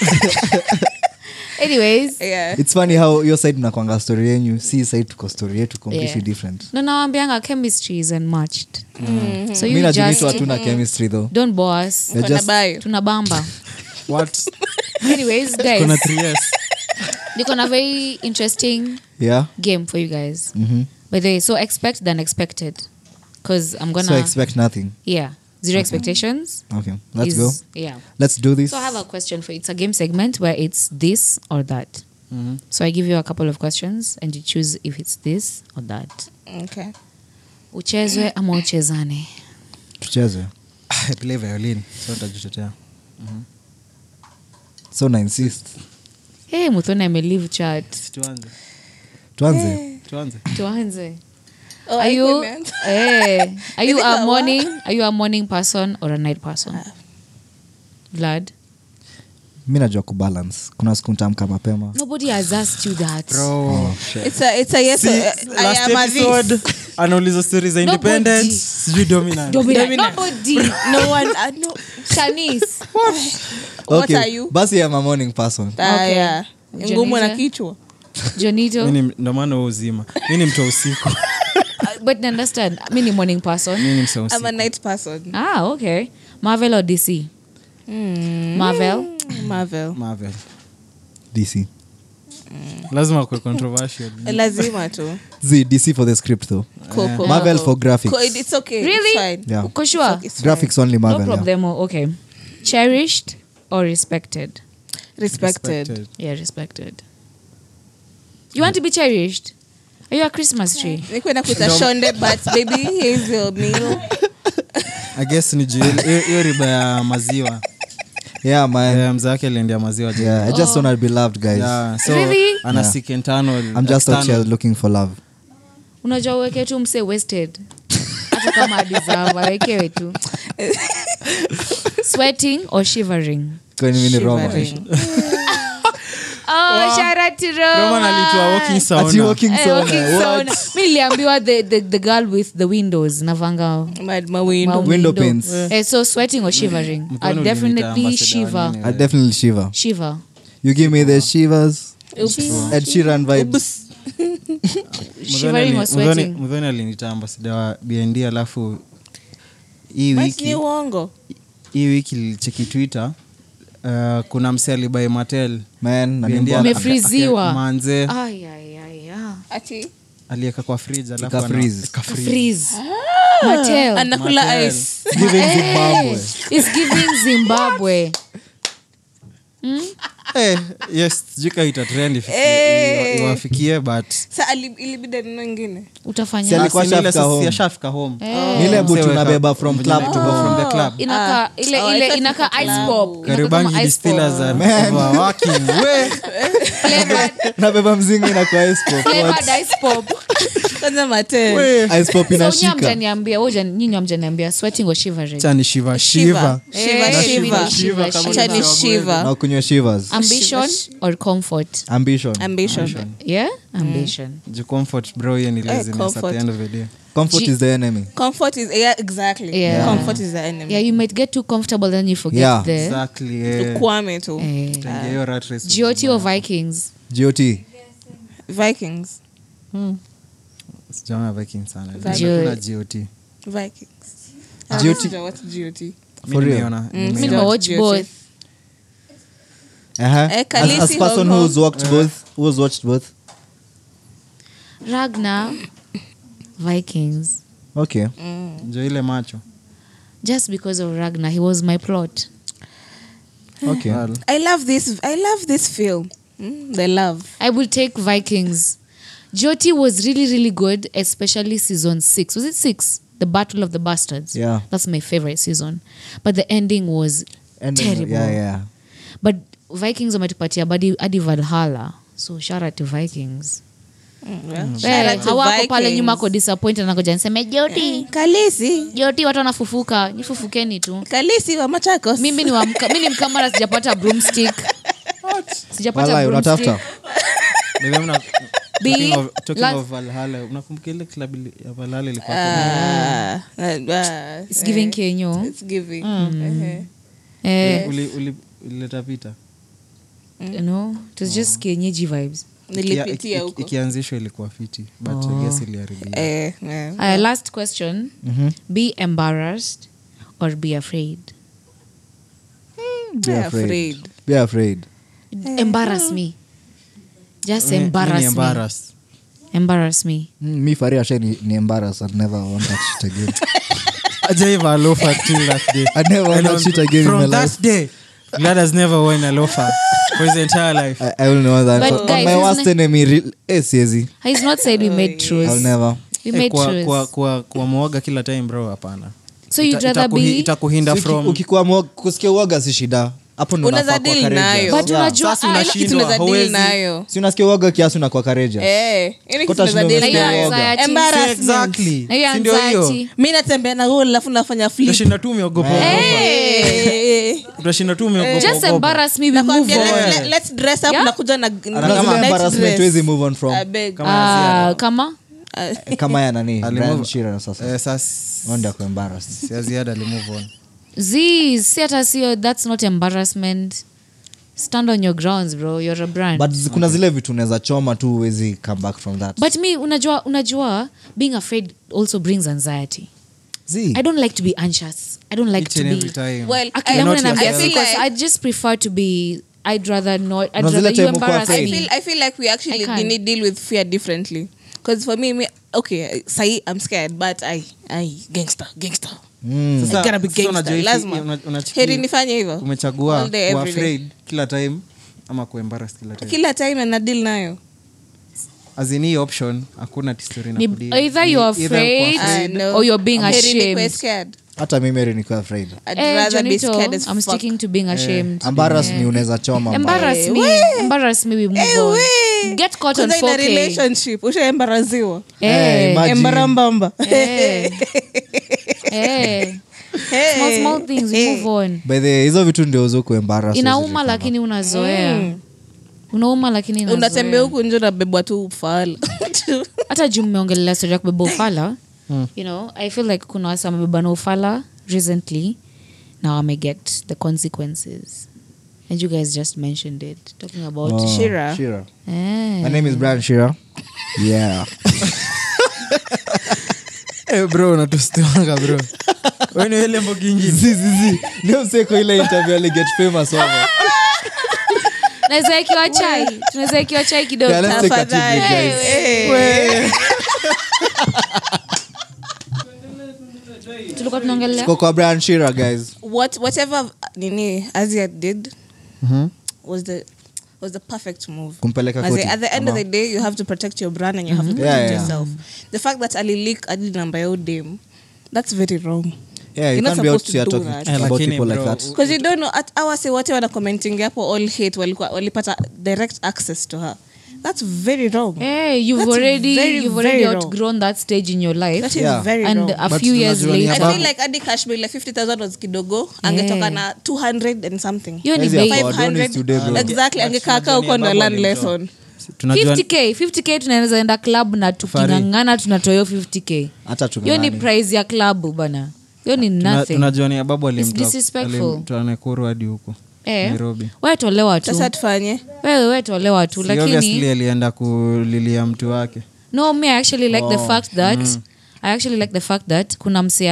Speaker 3: anyways
Speaker 5: Yeah.
Speaker 2: its funny how your side mnakwanga story yenyu si side tuko story yetu completely
Speaker 3: Yeah.
Speaker 2: different
Speaker 3: no nawambianga chemistry is unmatched so
Speaker 2: mi
Speaker 3: you
Speaker 2: najunitu
Speaker 3: just
Speaker 2: hatuna chemistry though
Speaker 3: don't bore us
Speaker 2: You're
Speaker 5: Uko na
Speaker 2: just-
Speaker 5: bio.
Speaker 3: tuna bamba
Speaker 4: what
Speaker 3: anyways
Speaker 4: kuna
Speaker 3: guys
Speaker 4: three years
Speaker 3: niko na very interesting
Speaker 2: yeah
Speaker 3: game for you guys
Speaker 2: Mhm.
Speaker 3: by the way so expect the unexpected because i'm gonna
Speaker 2: so expect nothing
Speaker 3: yeah zero expectations
Speaker 2: okay let's
Speaker 3: is,
Speaker 2: go
Speaker 3: yeah
Speaker 2: let's do this
Speaker 3: So I have a question for you. It's a game segment where it's this or that. [LAUGHS]
Speaker 4: Mhm.
Speaker 3: So I give you a couple of questions and you choose if it's this or that.
Speaker 5: Okay.
Speaker 3: Uchezwe ama uchezane.
Speaker 2: tucheze
Speaker 4: I play violin so nitajitetea
Speaker 2: so na insist
Speaker 3: Hey, Muthoni amelive chat.
Speaker 4: tuanze
Speaker 2: tuanze
Speaker 4: tuanze
Speaker 3: Tuanze. [LAUGHS]
Speaker 5: Oh,
Speaker 3: Are you
Speaker 5: imeanza.
Speaker 3: [LAUGHS] eh, are you
Speaker 5: Nilikuwa
Speaker 3: a
Speaker 5: wa-
Speaker 3: morning are you a morning person or a night person? Vlad.
Speaker 2: mi najua kubalance kuna siku ntamka mapema
Speaker 3: Nobody has asked you that.
Speaker 4: bro
Speaker 5: It's a- it's a yes,
Speaker 4: See,
Speaker 5: uh, I
Speaker 4: last
Speaker 5: am a this.
Speaker 4: episode anauliza stories za
Speaker 3: Nobody.
Speaker 4: independence sijui dominant
Speaker 3: Dominant. Nobody.
Speaker 5: No one- I know.
Speaker 3: [LAUGHS] Shanice.
Speaker 5: What
Speaker 2: Okay,
Speaker 5: are you?
Speaker 2: basi I'm a morning person
Speaker 5: Ah,
Speaker 3: Okay.
Speaker 5: yeah.
Speaker 3: Ujiulize.
Speaker 5: ngumu na kichwa
Speaker 3: Jonito.
Speaker 4: Mimi ni- ndo maana wewe uzima mi ni mtu wa
Speaker 3: [LAUGHS]
Speaker 4: usiku
Speaker 3: Uh, but understand, I'm a morning person.
Speaker 4: mi ni mtu wa
Speaker 5: I'm a
Speaker 4: usiku
Speaker 5: night person
Speaker 3: Ah, okay. Marvel or DC? Hmm.
Speaker 5: Mm.
Speaker 3: Marvel.
Speaker 5: Hmm, Marvel.
Speaker 4: Marvel.
Speaker 2: dc
Speaker 4: lazima
Speaker 3: [LAUGHS]
Speaker 4: kuwe controversial
Speaker 5: lazima tu
Speaker 2: z dc for the script though
Speaker 5: Coco.
Speaker 2: marvel for graphics
Speaker 5: Co- it's okay
Speaker 3: Really?
Speaker 5: it's fine
Speaker 2: Yeah.
Speaker 3: Uko sure?
Speaker 5: It's fine.
Speaker 2: graphics only
Speaker 3: No
Speaker 2: marvel yeah.
Speaker 3: problem. Oh, Okay. Cherished or respected?
Speaker 5: respected
Speaker 3: Yeah, respected. You want to be cherished? Are you a Christmas tree?
Speaker 5: nikwenda kuita shonde but baby hazel meal
Speaker 4: i guess ni juu hiyo hiyo riba ya maziwa
Speaker 2: yeah man
Speaker 4: Eh, mzee wake aliendea maziwa jana.
Speaker 2: yeah i
Speaker 5: Oh.
Speaker 2: just wanna be loved guys
Speaker 4: Yeah, so
Speaker 3: Really?
Speaker 4: ana
Speaker 2: Yeah.
Speaker 4: seek internal,
Speaker 2: i'm just out here
Speaker 4: external.
Speaker 2: looking for love
Speaker 3: unajua uweke tu mse wasted hata kama adisava wekewe
Speaker 5: [LAUGHS]
Speaker 3: tu sweating or shivering
Speaker 2: kwani mi ni Roma.
Speaker 5: Shivering.
Speaker 3: oh, sharati
Speaker 4: Roman aliitwa walking sauna.
Speaker 2: Ati walking
Speaker 3: Eh,
Speaker 2: sauna.
Speaker 3: walking sauna. mi niliambiwa the, the, the girl with the windows navanga
Speaker 5: Mad mawindo
Speaker 3: Mawindow.
Speaker 2: Window panes.
Speaker 3: Eh, so sweating or shivering
Speaker 4: Mkono
Speaker 3: I'd
Speaker 4: uliniita
Speaker 3: definitely
Speaker 4: ambassador wa
Speaker 3: shiver
Speaker 4: nini?
Speaker 2: i definitely shiver
Speaker 3: shiver
Speaker 2: you give me the shivers ed sheeran vibes
Speaker 4: Mudhoni ali-
Speaker 3: shivering or
Speaker 4: Mudhoni-
Speaker 3: sweating
Speaker 4: Mudhoni alinita ambasada wa bnd alafu hii
Speaker 5: But ni
Speaker 4: wiki
Speaker 5: uongo
Speaker 4: hii wiki nilicheki twitter uh, kuna mse alibai matel
Speaker 2: man na
Speaker 4: BND
Speaker 2: nimbo-
Speaker 4: ala-
Speaker 3: Umefriziwa.
Speaker 4: aka- manze
Speaker 3: Ay, ay, ay, ah.
Speaker 5: ati
Speaker 4: alieka kwa fridge alafu
Speaker 2: Ika
Speaker 4: ana-
Speaker 2: freeze.
Speaker 4: ika freeze.
Speaker 3: Freeze.
Speaker 2: Ah.
Speaker 3: Mattel.
Speaker 5: anakula
Speaker 4: Matel.
Speaker 5: ice
Speaker 2: giving zimbabwe
Speaker 3: It's giving Zimbabwe.
Speaker 4: Eh, yes sijui ka ita trend ifikie-
Speaker 5: Eh.
Speaker 4: iwa- iwafikie but
Speaker 5: sa ali- ilibida neno ingine
Speaker 2: Si
Speaker 3: utafanya Eh.
Speaker 2: alikuwa
Speaker 4: Asi ni ile
Speaker 2: ashafika
Speaker 4: sasa
Speaker 2: home.
Speaker 4: ashafika home
Speaker 2: Ni ile butu
Speaker 4: Mse weka-
Speaker 2: unabeba from club to go from
Speaker 4: from the club
Speaker 3: inaka ile
Speaker 5: Oh, I
Speaker 3: ile
Speaker 5: thought
Speaker 3: inaka ice pop Inaka kama
Speaker 4: karibangi
Speaker 3: ice
Speaker 4: distila
Speaker 3: pop.
Speaker 2: [LAUGHS]
Speaker 4: za overworking. We,
Speaker 3: Flavored-
Speaker 2: nabeba mzingo inakuwa ice pop.
Speaker 3: flavored ice pop.
Speaker 5: [LAUGHS] kwanza mate
Speaker 4: we.
Speaker 2: Ice pop
Speaker 3: So nyinyi
Speaker 2: inashika
Speaker 3: hamjaniambia, wewe hujani- nyinyi hamjaniambia sweating or shivering
Speaker 4: Acha ni shiva shiva
Speaker 3: Eh,
Speaker 5: shiva
Speaker 3: shiva, shiva.
Speaker 5: chani shiva
Speaker 2: na kunywa shivers
Speaker 3: ambition or comfort
Speaker 2: ambition
Speaker 5: ambition
Speaker 3: yeah ambition
Speaker 4: Ju comfort bro hiyo ni laziness at
Speaker 5: Eh, comfort.
Speaker 4: the end of the day
Speaker 2: comfort is the enemy
Speaker 5: comfort is yeah exactly
Speaker 3: Yeah.
Speaker 5: comfort is the enemy
Speaker 3: yeah you might get too comfortable then you forget
Speaker 2: Yeah.
Speaker 3: the
Speaker 4: exactly eh.
Speaker 5: tukwame tu
Speaker 3: eh,
Speaker 4: Tuingie hiyo rat race.
Speaker 3: GOT or vikings
Speaker 2: got
Speaker 5: vikings
Speaker 3: Hmm.
Speaker 4: Sijaona Viking sana.
Speaker 5: Vikings.
Speaker 4: Nimekula GOT. Mimi
Speaker 5: vikings
Speaker 2: GOT.
Speaker 5: Ah, what GOT?
Speaker 2: For real?
Speaker 4: nimeona.
Speaker 3: Mm,
Speaker 4: Nimeona.
Speaker 3: Mimi watch
Speaker 5: GOT.
Speaker 3: both
Speaker 2: uh-huh.
Speaker 5: Eh,
Speaker 2: as,
Speaker 5: Khaleesi
Speaker 2: as person
Speaker 5: Hong
Speaker 2: who's
Speaker 5: Kong.
Speaker 2: watched
Speaker 4: Eh.
Speaker 2: both who's watched both
Speaker 3: Ragnar, Vikings.
Speaker 2: okay
Speaker 4: Ndio ile macho.
Speaker 3: Just because of Ragnar, he was my plot.
Speaker 2: okay
Speaker 4: Well,
Speaker 5: I love this. I love this film. Mm, the love.
Speaker 3: I will take Vikings. Jyoti was really, really good, especially season six. Was it six? The Battle of the Bastards.
Speaker 2: Yeah.
Speaker 3: That's my favorite season. But the ending was
Speaker 2: And then-
Speaker 3: terrible.
Speaker 2: yeah yeah
Speaker 3: But Vikings wametupatia hadi hadi Valhalla. So shout out to Vikings.
Speaker 5: Hmm. Shout
Speaker 3: Eh,
Speaker 5: out to
Speaker 3: Hawako pale
Speaker 5: Vikings.
Speaker 3: nyuma ko disappointed nakoja niseme Jyoti.
Speaker 5: Kalisi.
Speaker 3: Jyoti watu wanafufuka, nifufukeni tu.
Speaker 5: Kalisi wa Machakos.
Speaker 3: mimi ni wa mka- mi ni mkamara sijapata broomstick sijapata
Speaker 2: Walai,
Speaker 3: broomstick.
Speaker 2: unatafuta
Speaker 4: ni vile mna-
Speaker 3: Be-
Speaker 4: Talking of- talking
Speaker 3: la-
Speaker 4: of uh, Valhalla, unakumbuka ile club ili- ya Valhalla ilikuwa
Speaker 5: Ah,
Speaker 3: Hmm.
Speaker 5: ah,
Speaker 3: It's
Speaker 5: eh,
Speaker 3: giving Kenyo.
Speaker 5: it's giving.
Speaker 3: Hmm.
Speaker 5: Eh,
Speaker 3: Eh,
Speaker 4: hapo? Uli- uli- ulileta pita
Speaker 5: Mm.
Speaker 3: no, it was just kienyeji vibes.
Speaker 5: nilipitia
Speaker 4: Ikia-
Speaker 5: huko
Speaker 4: iki- ikianzishwa ilikuwa fiti but I guess [LAUGHS] iliharibiwa.
Speaker 5: Eh, eh.
Speaker 3: Aya, Uh, last question.
Speaker 2: Mm-hmm.
Speaker 3: Be embarrassed or be afraid.
Speaker 2: Be
Speaker 5: Eh,
Speaker 2: afraid.
Speaker 5: afraid.
Speaker 2: Be afraid.
Speaker 3: Eh, Embarrass me. Just
Speaker 4: Ni- ni
Speaker 3: embarrass me.
Speaker 4: Eh, embarrass.
Speaker 3: Embarrass me.
Speaker 2: Mm, mi faria she ni, ni embarrass i'd never want that shit again
Speaker 4: Ajaiva alofa till that day.
Speaker 2: i never want
Speaker 4: And
Speaker 2: that
Speaker 4: on-
Speaker 2: shit again in my
Speaker 4: from
Speaker 2: life
Speaker 4: that day Vlad has never worn a loafer for his entire life
Speaker 2: I, I will know that
Speaker 3: But
Speaker 2: On- on
Speaker 3: guys,
Speaker 2: my
Speaker 3: isn't
Speaker 2: worst
Speaker 3: it-
Speaker 2: enemy re- eh, siezi
Speaker 3: He's not said we made
Speaker 2: i'll
Speaker 3: truths.
Speaker 2: never
Speaker 3: We
Speaker 4: Eh,
Speaker 3: made
Speaker 4: kwa, kwa,
Speaker 3: truths.
Speaker 4: kwa, kwa mwoga kila time bro hapana
Speaker 3: So you'd
Speaker 4: Ita-
Speaker 3: rather
Speaker 4: itakuhi-
Speaker 3: be...
Speaker 4: itakuhinda
Speaker 2: So uki-
Speaker 4: from
Speaker 2: ukikuwa mwoga- kusikia uoga si shida hapo ndo
Speaker 5: Unaweza
Speaker 2: unafaa kuwa
Speaker 5: deal
Speaker 2: courageous.
Speaker 5: nayo.
Speaker 3: But
Speaker 2: Yeah.
Speaker 3: unajua,
Speaker 4: Sasa
Speaker 3: I
Speaker 5: Ah,
Speaker 3: like-
Speaker 5: ila
Speaker 4: unashindwa,
Speaker 5: kitu unaweza
Speaker 4: hauwezi-
Speaker 5: deal nayo
Speaker 2: si unasikia uoga kiasi unakuwa courageous.
Speaker 5: Eh, ila kitu
Speaker 2: Kota
Speaker 5: unaweza
Speaker 2: shindwa
Speaker 5: deal
Speaker 3: Na hiyo
Speaker 2: usikia
Speaker 5: nayo.
Speaker 2: uoga.
Speaker 3: anxiety.
Speaker 5: Embarrassment.
Speaker 4: Exactly.
Speaker 3: Na hiyo
Speaker 4: Si ndio hiyo?
Speaker 3: anxiety.
Speaker 5: mi natembea na roll alafu nafanya flip.
Speaker 4: utashinda tu umeogopa uogopa.
Speaker 5: Eh.
Speaker 4: utashinda tu umeogopa
Speaker 3: Just
Speaker 4: uogopa.
Speaker 3: embarrass me, we move
Speaker 5: Nakwambia,
Speaker 3: on.
Speaker 5: let- let- let's dress up,
Speaker 3: Yeah.
Speaker 5: nakuja na-
Speaker 2: Na zile
Speaker 5: eh, let's
Speaker 2: embarrassment
Speaker 5: dress. Eh,
Speaker 2: huwezi move on from. Eh,
Speaker 5: I beg.
Speaker 3: Ah, Kama?
Speaker 5: Ah,
Speaker 2: kama ya nani
Speaker 4: Alimove-
Speaker 2: Brian Sheeran sasa
Speaker 4: Eh, sasa
Speaker 2: Wanda kuembarrass.
Speaker 4: siaziada limove on
Speaker 3: Z, si hata sio, that's not embarrassment. Stand on your grounds, bro. You're a brand.
Speaker 2: but zi- kuna zile vitu unaweza choma tu huwezi come back from that
Speaker 3: but me unajua unajua being afraid also brings anxiety
Speaker 2: Zi,
Speaker 3: i don't like to be anxious i don't like
Speaker 4: Each
Speaker 3: to
Speaker 4: and
Speaker 3: be
Speaker 4: every time.
Speaker 5: uh, Well,
Speaker 3: Akili
Speaker 5: I-
Speaker 3: yangu
Speaker 4: Not
Speaker 3: inaniambia si
Speaker 5: yourself.
Speaker 3: kwa-
Speaker 5: I feel like-
Speaker 3: i just prefer to be i'd rather not i'd
Speaker 2: Na zile
Speaker 3: rather you
Speaker 2: time uko
Speaker 3: embarrass
Speaker 5: I
Speaker 2: afraid.
Speaker 5: feel
Speaker 3: me
Speaker 5: I feel like we actually
Speaker 3: I can't.
Speaker 5: need deal with fear differently. Because for me, me okay, say I'm scared, but I I gangster, gangster.
Speaker 2: mm,
Speaker 5: It's gonna be
Speaker 4: Hmm. sasa unajua
Speaker 5: gangster.
Speaker 4: hiki-
Speaker 5: Lazima.
Speaker 4: una- unachukia-
Speaker 5: Heri nifanye hivyo.
Speaker 4: [LAUGHS] umechagua
Speaker 5: All day,
Speaker 4: kuwa
Speaker 5: every day.
Speaker 4: afraid kila time ama kuembaras kila time
Speaker 5: Kila time na deal nayo.
Speaker 4: azini option hakuna tistori na
Speaker 3: Ni-
Speaker 4: kudeal.
Speaker 3: either
Speaker 4: Ni-
Speaker 3: you're
Speaker 4: either
Speaker 3: afraid,
Speaker 4: kuwa
Speaker 5: I
Speaker 4: afraid,
Speaker 5: know.
Speaker 3: or you're being
Speaker 5: Heri nikuwe
Speaker 3: ashamed.
Speaker 5: scared.
Speaker 2: hata mimi heri nikuwa afraid
Speaker 5: I'd
Speaker 3: Eh,
Speaker 5: rather be
Speaker 3: Jonito,
Speaker 5: scared as
Speaker 3: i'm
Speaker 5: fuck.
Speaker 3: sticking to
Speaker 4: Eh,
Speaker 3: being ashamed
Speaker 2: embarrass ni unaweza choma
Speaker 3: embarrass
Speaker 5: Eh,
Speaker 3: me
Speaker 5: we.
Speaker 3: embarrass me we move
Speaker 5: Eh,
Speaker 3: on
Speaker 5: we.
Speaker 3: get caught on
Speaker 5: Kwanza in a
Speaker 3: 4k
Speaker 5: relationship, ushaembaraziwa.
Speaker 2: Eh,
Speaker 3: Eh,
Speaker 2: imagine.
Speaker 3: [LAUGHS]
Speaker 5: Embarambamba.
Speaker 3: eh, eh. small small things we move on
Speaker 2: by the way, hizo vitu ndio uzo kuembaras
Speaker 3: inauma lakini unazoea
Speaker 5: Mm.
Speaker 3: unauma lakini
Speaker 5: unatembea
Speaker 3: unazoea
Speaker 5: huku nje unabebwa tu
Speaker 3: [LAUGHS]
Speaker 5: [LAUGHS] ufaala
Speaker 3: hata juu mmeongelelea stori ya kubeba ufala
Speaker 4: Hmm.
Speaker 3: you know i feel like kuna wasa wamebebana ufala recently na wameget the consequences and you guys just mentioned it talking about
Speaker 2: Oh,
Speaker 5: Shira.
Speaker 3: eh.
Speaker 2: my name is Brian Shira [LAUGHS] yeah
Speaker 4: Eh, bro natustiwanga bro wenele mboki ingine
Speaker 2: zizizi leo mseko ile interview aliget famous over
Speaker 3: tunaweza ikiwa
Speaker 5: [LAUGHS]
Speaker 3: chai tunaweza ikiwa chai kidogo
Speaker 2: Yeah, let's take a tea break,
Speaker 3: Hey,
Speaker 2: guys.
Speaker 3: we. tulikuwa tunaongelelea
Speaker 2: Tuko kwa Brian Shira guys
Speaker 5: What, whatever nini azia did was the was the perfect move
Speaker 2: Mm-hmm. Kumpeleka
Speaker 5: As in,
Speaker 2: koti, Mm-hmm.
Speaker 5: at the end of the day you have to protect your brand and you have to protect
Speaker 2: Yeah, yeah.
Speaker 5: yourself the fact that alilik adi namba yao dam that's very wrong
Speaker 2: yeah you
Speaker 5: You're not
Speaker 2: can't be out
Speaker 5: supposed to
Speaker 2: here
Speaker 5: do
Speaker 2: talking
Speaker 5: that.
Speaker 4: Eh,
Speaker 2: about
Speaker 4: lakini
Speaker 2: people like
Speaker 4: bro,
Speaker 2: that
Speaker 5: because you don't know at awase wote wana commenting hapo all hate walikuwa walipata direct access to her that's very wrong
Speaker 3: Hey, Eh, you've
Speaker 5: That's
Speaker 3: already
Speaker 5: very,
Speaker 3: you've
Speaker 5: very
Speaker 3: already
Speaker 5: wrong.
Speaker 3: outgrown that stage in your life
Speaker 5: that is
Speaker 2: Yeah.
Speaker 5: very
Speaker 3: and
Speaker 5: wrong.
Speaker 3: a
Speaker 4: But
Speaker 3: few years
Speaker 4: tunajua ni
Speaker 5: I
Speaker 3: later
Speaker 4: Sababu-
Speaker 5: feel like hadi cash bill ya 50000 was kidogo angetokana na 200 and something
Speaker 3: hiyo ni
Speaker 2: Hizi
Speaker 3: bei
Speaker 2: hapa watu-
Speaker 5: 500
Speaker 2: Adonis today, bro.
Speaker 5: exactly angekaka huko ndo learn lesson
Speaker 4: tunajua
Speaker 3: 50k 50k tunaweza enda club na tukingangana tunatoyo 50k
Speaker 2: hata
Speaker 3: hiyo
Speaker 2: tungangani
Speaker 3: ni prize ya klabu bana hiyo ni
Speaker 4: tuna-
Speaker 3: nothing
Speaker 4: tunajua ni ababu
Speaker 3: It's disrespectful.
Speaker 4: alimtoanekuru hadi huko
Speaker 3: Eh,
Speaker 4: nairobi
Speaker 3: wewe tolewa tu
Speaker 5: sasa tufanye
Speaker 3: wewe wewe tolewa tu
Speaker 4: Si obviously
Speaker 3: lakini
Speaker 4: alienda kulilia mtu wake
Speaker 3: no me I actually like
Speaker 4: Oh.
Speaker 3: the fact that
Speaker 4: Mm.
Speaker 3: i actually like the fact that kuna mse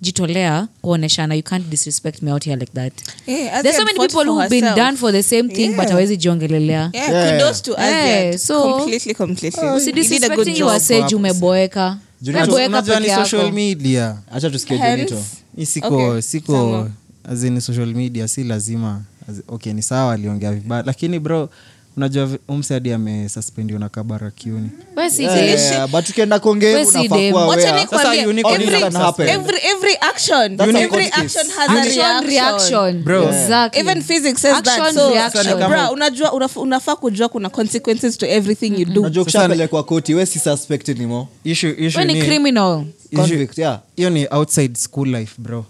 Speaker 3: amejitolea kuoneshana you can't disrespect me out here like that
Speaker 5: Yeah, Aziad
Speaker 3: there's so many
Speaker 5: fought
Speaker 3: people
Speaker 5: Eh, for
Speaker 3: who've been
Speaker 5: herself.
Speaker 3: done for the same thing but hawezi jiongelelea
Speaker 5: Yeah,
Speaker 2: Yeah.
Speaker 5: kudos to
Speaker 3: Yeah,
Speaker 5: Aziad.
Speaker 3: so- Oh,
Speaker 5: Completely, completely. You did a good
Speaker 3: usidisrespecting
Speaker 5: job.
Speaker 3: wasage umeboeka umeboeka
Speaker 4: Unajua ni
Speaker 3: peke
Speaker 4: social
Speaker 3: yako
Speaker 4: media
Speaker 2: acha tusikie
Speaker 5: Hence-
Speaker 2: Jonito.
Speaker 4: Hii siko
Speaker 5: Okay,
Speaker 4: siko azini social media si lazima as- okay ni sawa aliongea vibaya lakini bro unajua vi- umse hadi amesuspendiwa na kabara kiuni
Speaker 3: Wewe si
Speaker 2: Yeah,
Speaker 3: gay.
Speaker 2: yeah, but ukienda kuongea
Speaker 3: Wewe si
Speaker 2: unafaa
Speaker 3: dem.
Speaker 2: kuwa
Speaker 3: Wacha
Speaker 2: aware.
Speaker 5: Wacha nikwambie,
Speaker 4: Sasa unique
Speaker 5: every-
Speaker 2: can happen.
Speaker 5: every- every action,
Speaker 2: That's
Speaker 5: every
Speaker 2: a court case.
Speaker 5: action has a
Speaker 3: Action, reaction.
Speaker 4: Bro. Yeah.
Speaker 3: Exactly.
Speaker 5: even physics says
Speaker 3: Action,
Speaker 5: that so
Speaker 3: reaction.
Speaker 5: bra, unajua unaf- unafaa kujua kuna consequences to everything you do
Speaker 2: unajua ukishapelekwa koti we si suspect anymore
Speaker 4: Issue- issue
Speaker 3: Wewe ni
Speaker 4: ni-
Speaker 3: criminal
Speaker 4: issue-
Speaker 2: convict yeah
Speaker 4: hiyo ni outside school life bro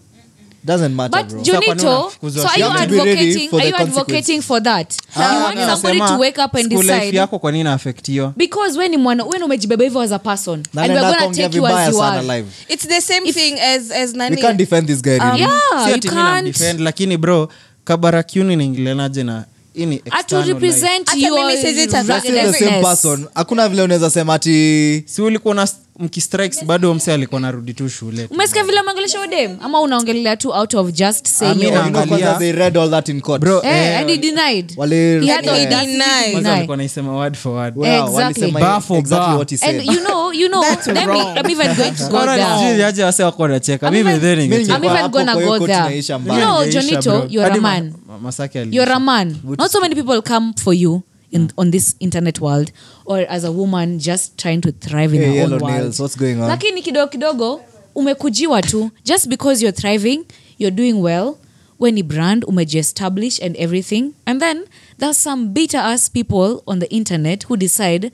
Speaker 2: doesn't matter
Speaker 3: but
Speaker 2: bro.
Speaker 3: jonito
Speaker 4: Kuzwa
Speaker 3: so are
Speaker 2: shamba.
Speaker 3: you
Speaker 2: You have to be ready
Speaker 3: advocating
Speaker 2: for
Speaker 3: are
Speaker 2: the
Speaker 3: you advocating for that you want
Speaker 4: Ah,
Speaker 3: somebody
Speaker 4: nasema
Speaker 3: to wake up and
Speaker 4: school life
Speaker 3: decide
Speaker 4: yako kwa nini naafektiwa
Speaker 3: because we ni mwana we ni umejibeba hivyo as a person
Speaker 2: Na
Speaker 3: and
Speaker 2: anaenda
Speaker 3: we're gonna
Speaker 2: kuongea
Speaker 3: take you as
Speaker 2: vibaya
Speaker 3: you
Speaker 2: sana
Speaker 3: are Um,
Speaker 2: live.
Speaker 5: it's the same thing as as
Speaker 2: we can't
Speaker 5: nani
Speaker 2: defend this guy really.
Speaker 3: yeah
Speaker 4: Si
Speaker 3: Ah, you
Speaker 4: ati mimi namdefend,
Speaker 3: can't
Speaker 4: lakini bro kabarakuni naingilianaje na hii ni
Speaker 3: to
Speaker 4: external life.
Speaker 3: represent
Speaker 5: Hata
Speaker 3: your
Speaker 5: mimi siwezi taka-
Speaker 2: You're still the same
Speaker 3: ruggedness.
Speaker 2: person hakuna vile unaweza sema ati
Speaker 4: si ulikuwa na mkistrikes bado mse alikuwa narudi tu shule
Speaker 3: umesikia vile ameongelesha udem ama unaongelea tu out of just saying
Speaker 4: Amina.
Speaker 3: your-
Speaker 2: you know, kwanza
Speaker 4: naangalia-
Speaker 2: they read all that in court
Speaker 4: Bro,
Speaker 3: Eh,
Speaker 4: eh,
Speaker 3: and he denied.
Speaker 2: Wale-
Speaker 3: He had the
Speaker 5: He
Speaker 3: audacity to
Speaker 5: denied.
Speaker 4: kwanza
Speaker 3: deny.
Speaker 4: alikuwa naisema word for word
Speaker 2: Wow,
Speaker 3: Exactly.
Speaker 2: walisema
Speaker 4: Bar for
Speaker 2: exactly
Speaker 4: bar.
Speaker 2: what he said.
Speaker 3: and you know you know let me,
Speaker 4: wrong.
Speaker 3: i'm even going to go
Speaker 4: Bora
Speaker 3: there
Speaker 4: Nigeria aje wase wako wanacheka
Speaker 3: I'm
Speaker 4: mimi
Speaker 3: even-
Speaker 4: then
Speaker 2: Mimi
Speaker 4: ningecheka.
Speaker 3: I'm even
Speaker 2: hapo
Speaker 3: gonna
Speaker 2: kwa hiyo
Speaker 3: go
Speaker 2: koti
Speaker 3: there.
Speaker 2: inaisha
Speaker 3: No,
Speaker 2: mbaya.
Speaker 4: Ingeisha,
Speaker 3: Jonito,
Speaker 4: bro.
Speaker 3: you're a
Speaker 4: Hadi ma-
Speaker 3: man. Mm.
Speaker 4: ma- Masaki
Speaker 3: you're
Speaker 4: aliisha.
Speaker 3: a man not so many people come for you
Speaker 2: Mm.
Speaker 3: in, on this internet world or as a woman just trying to thrive in
Speaker 2: Hey,
Speaker 3: her
Speaker 2: yellow
Speaker 3: own world
Speaker 2: nails, what's going on?
Speaker 3: lakini kidogo kidogo umekujiwa tu just because you're thriving you're doing well when brand umejiestablish and everything and then there's some bitter ass people on the internet who decide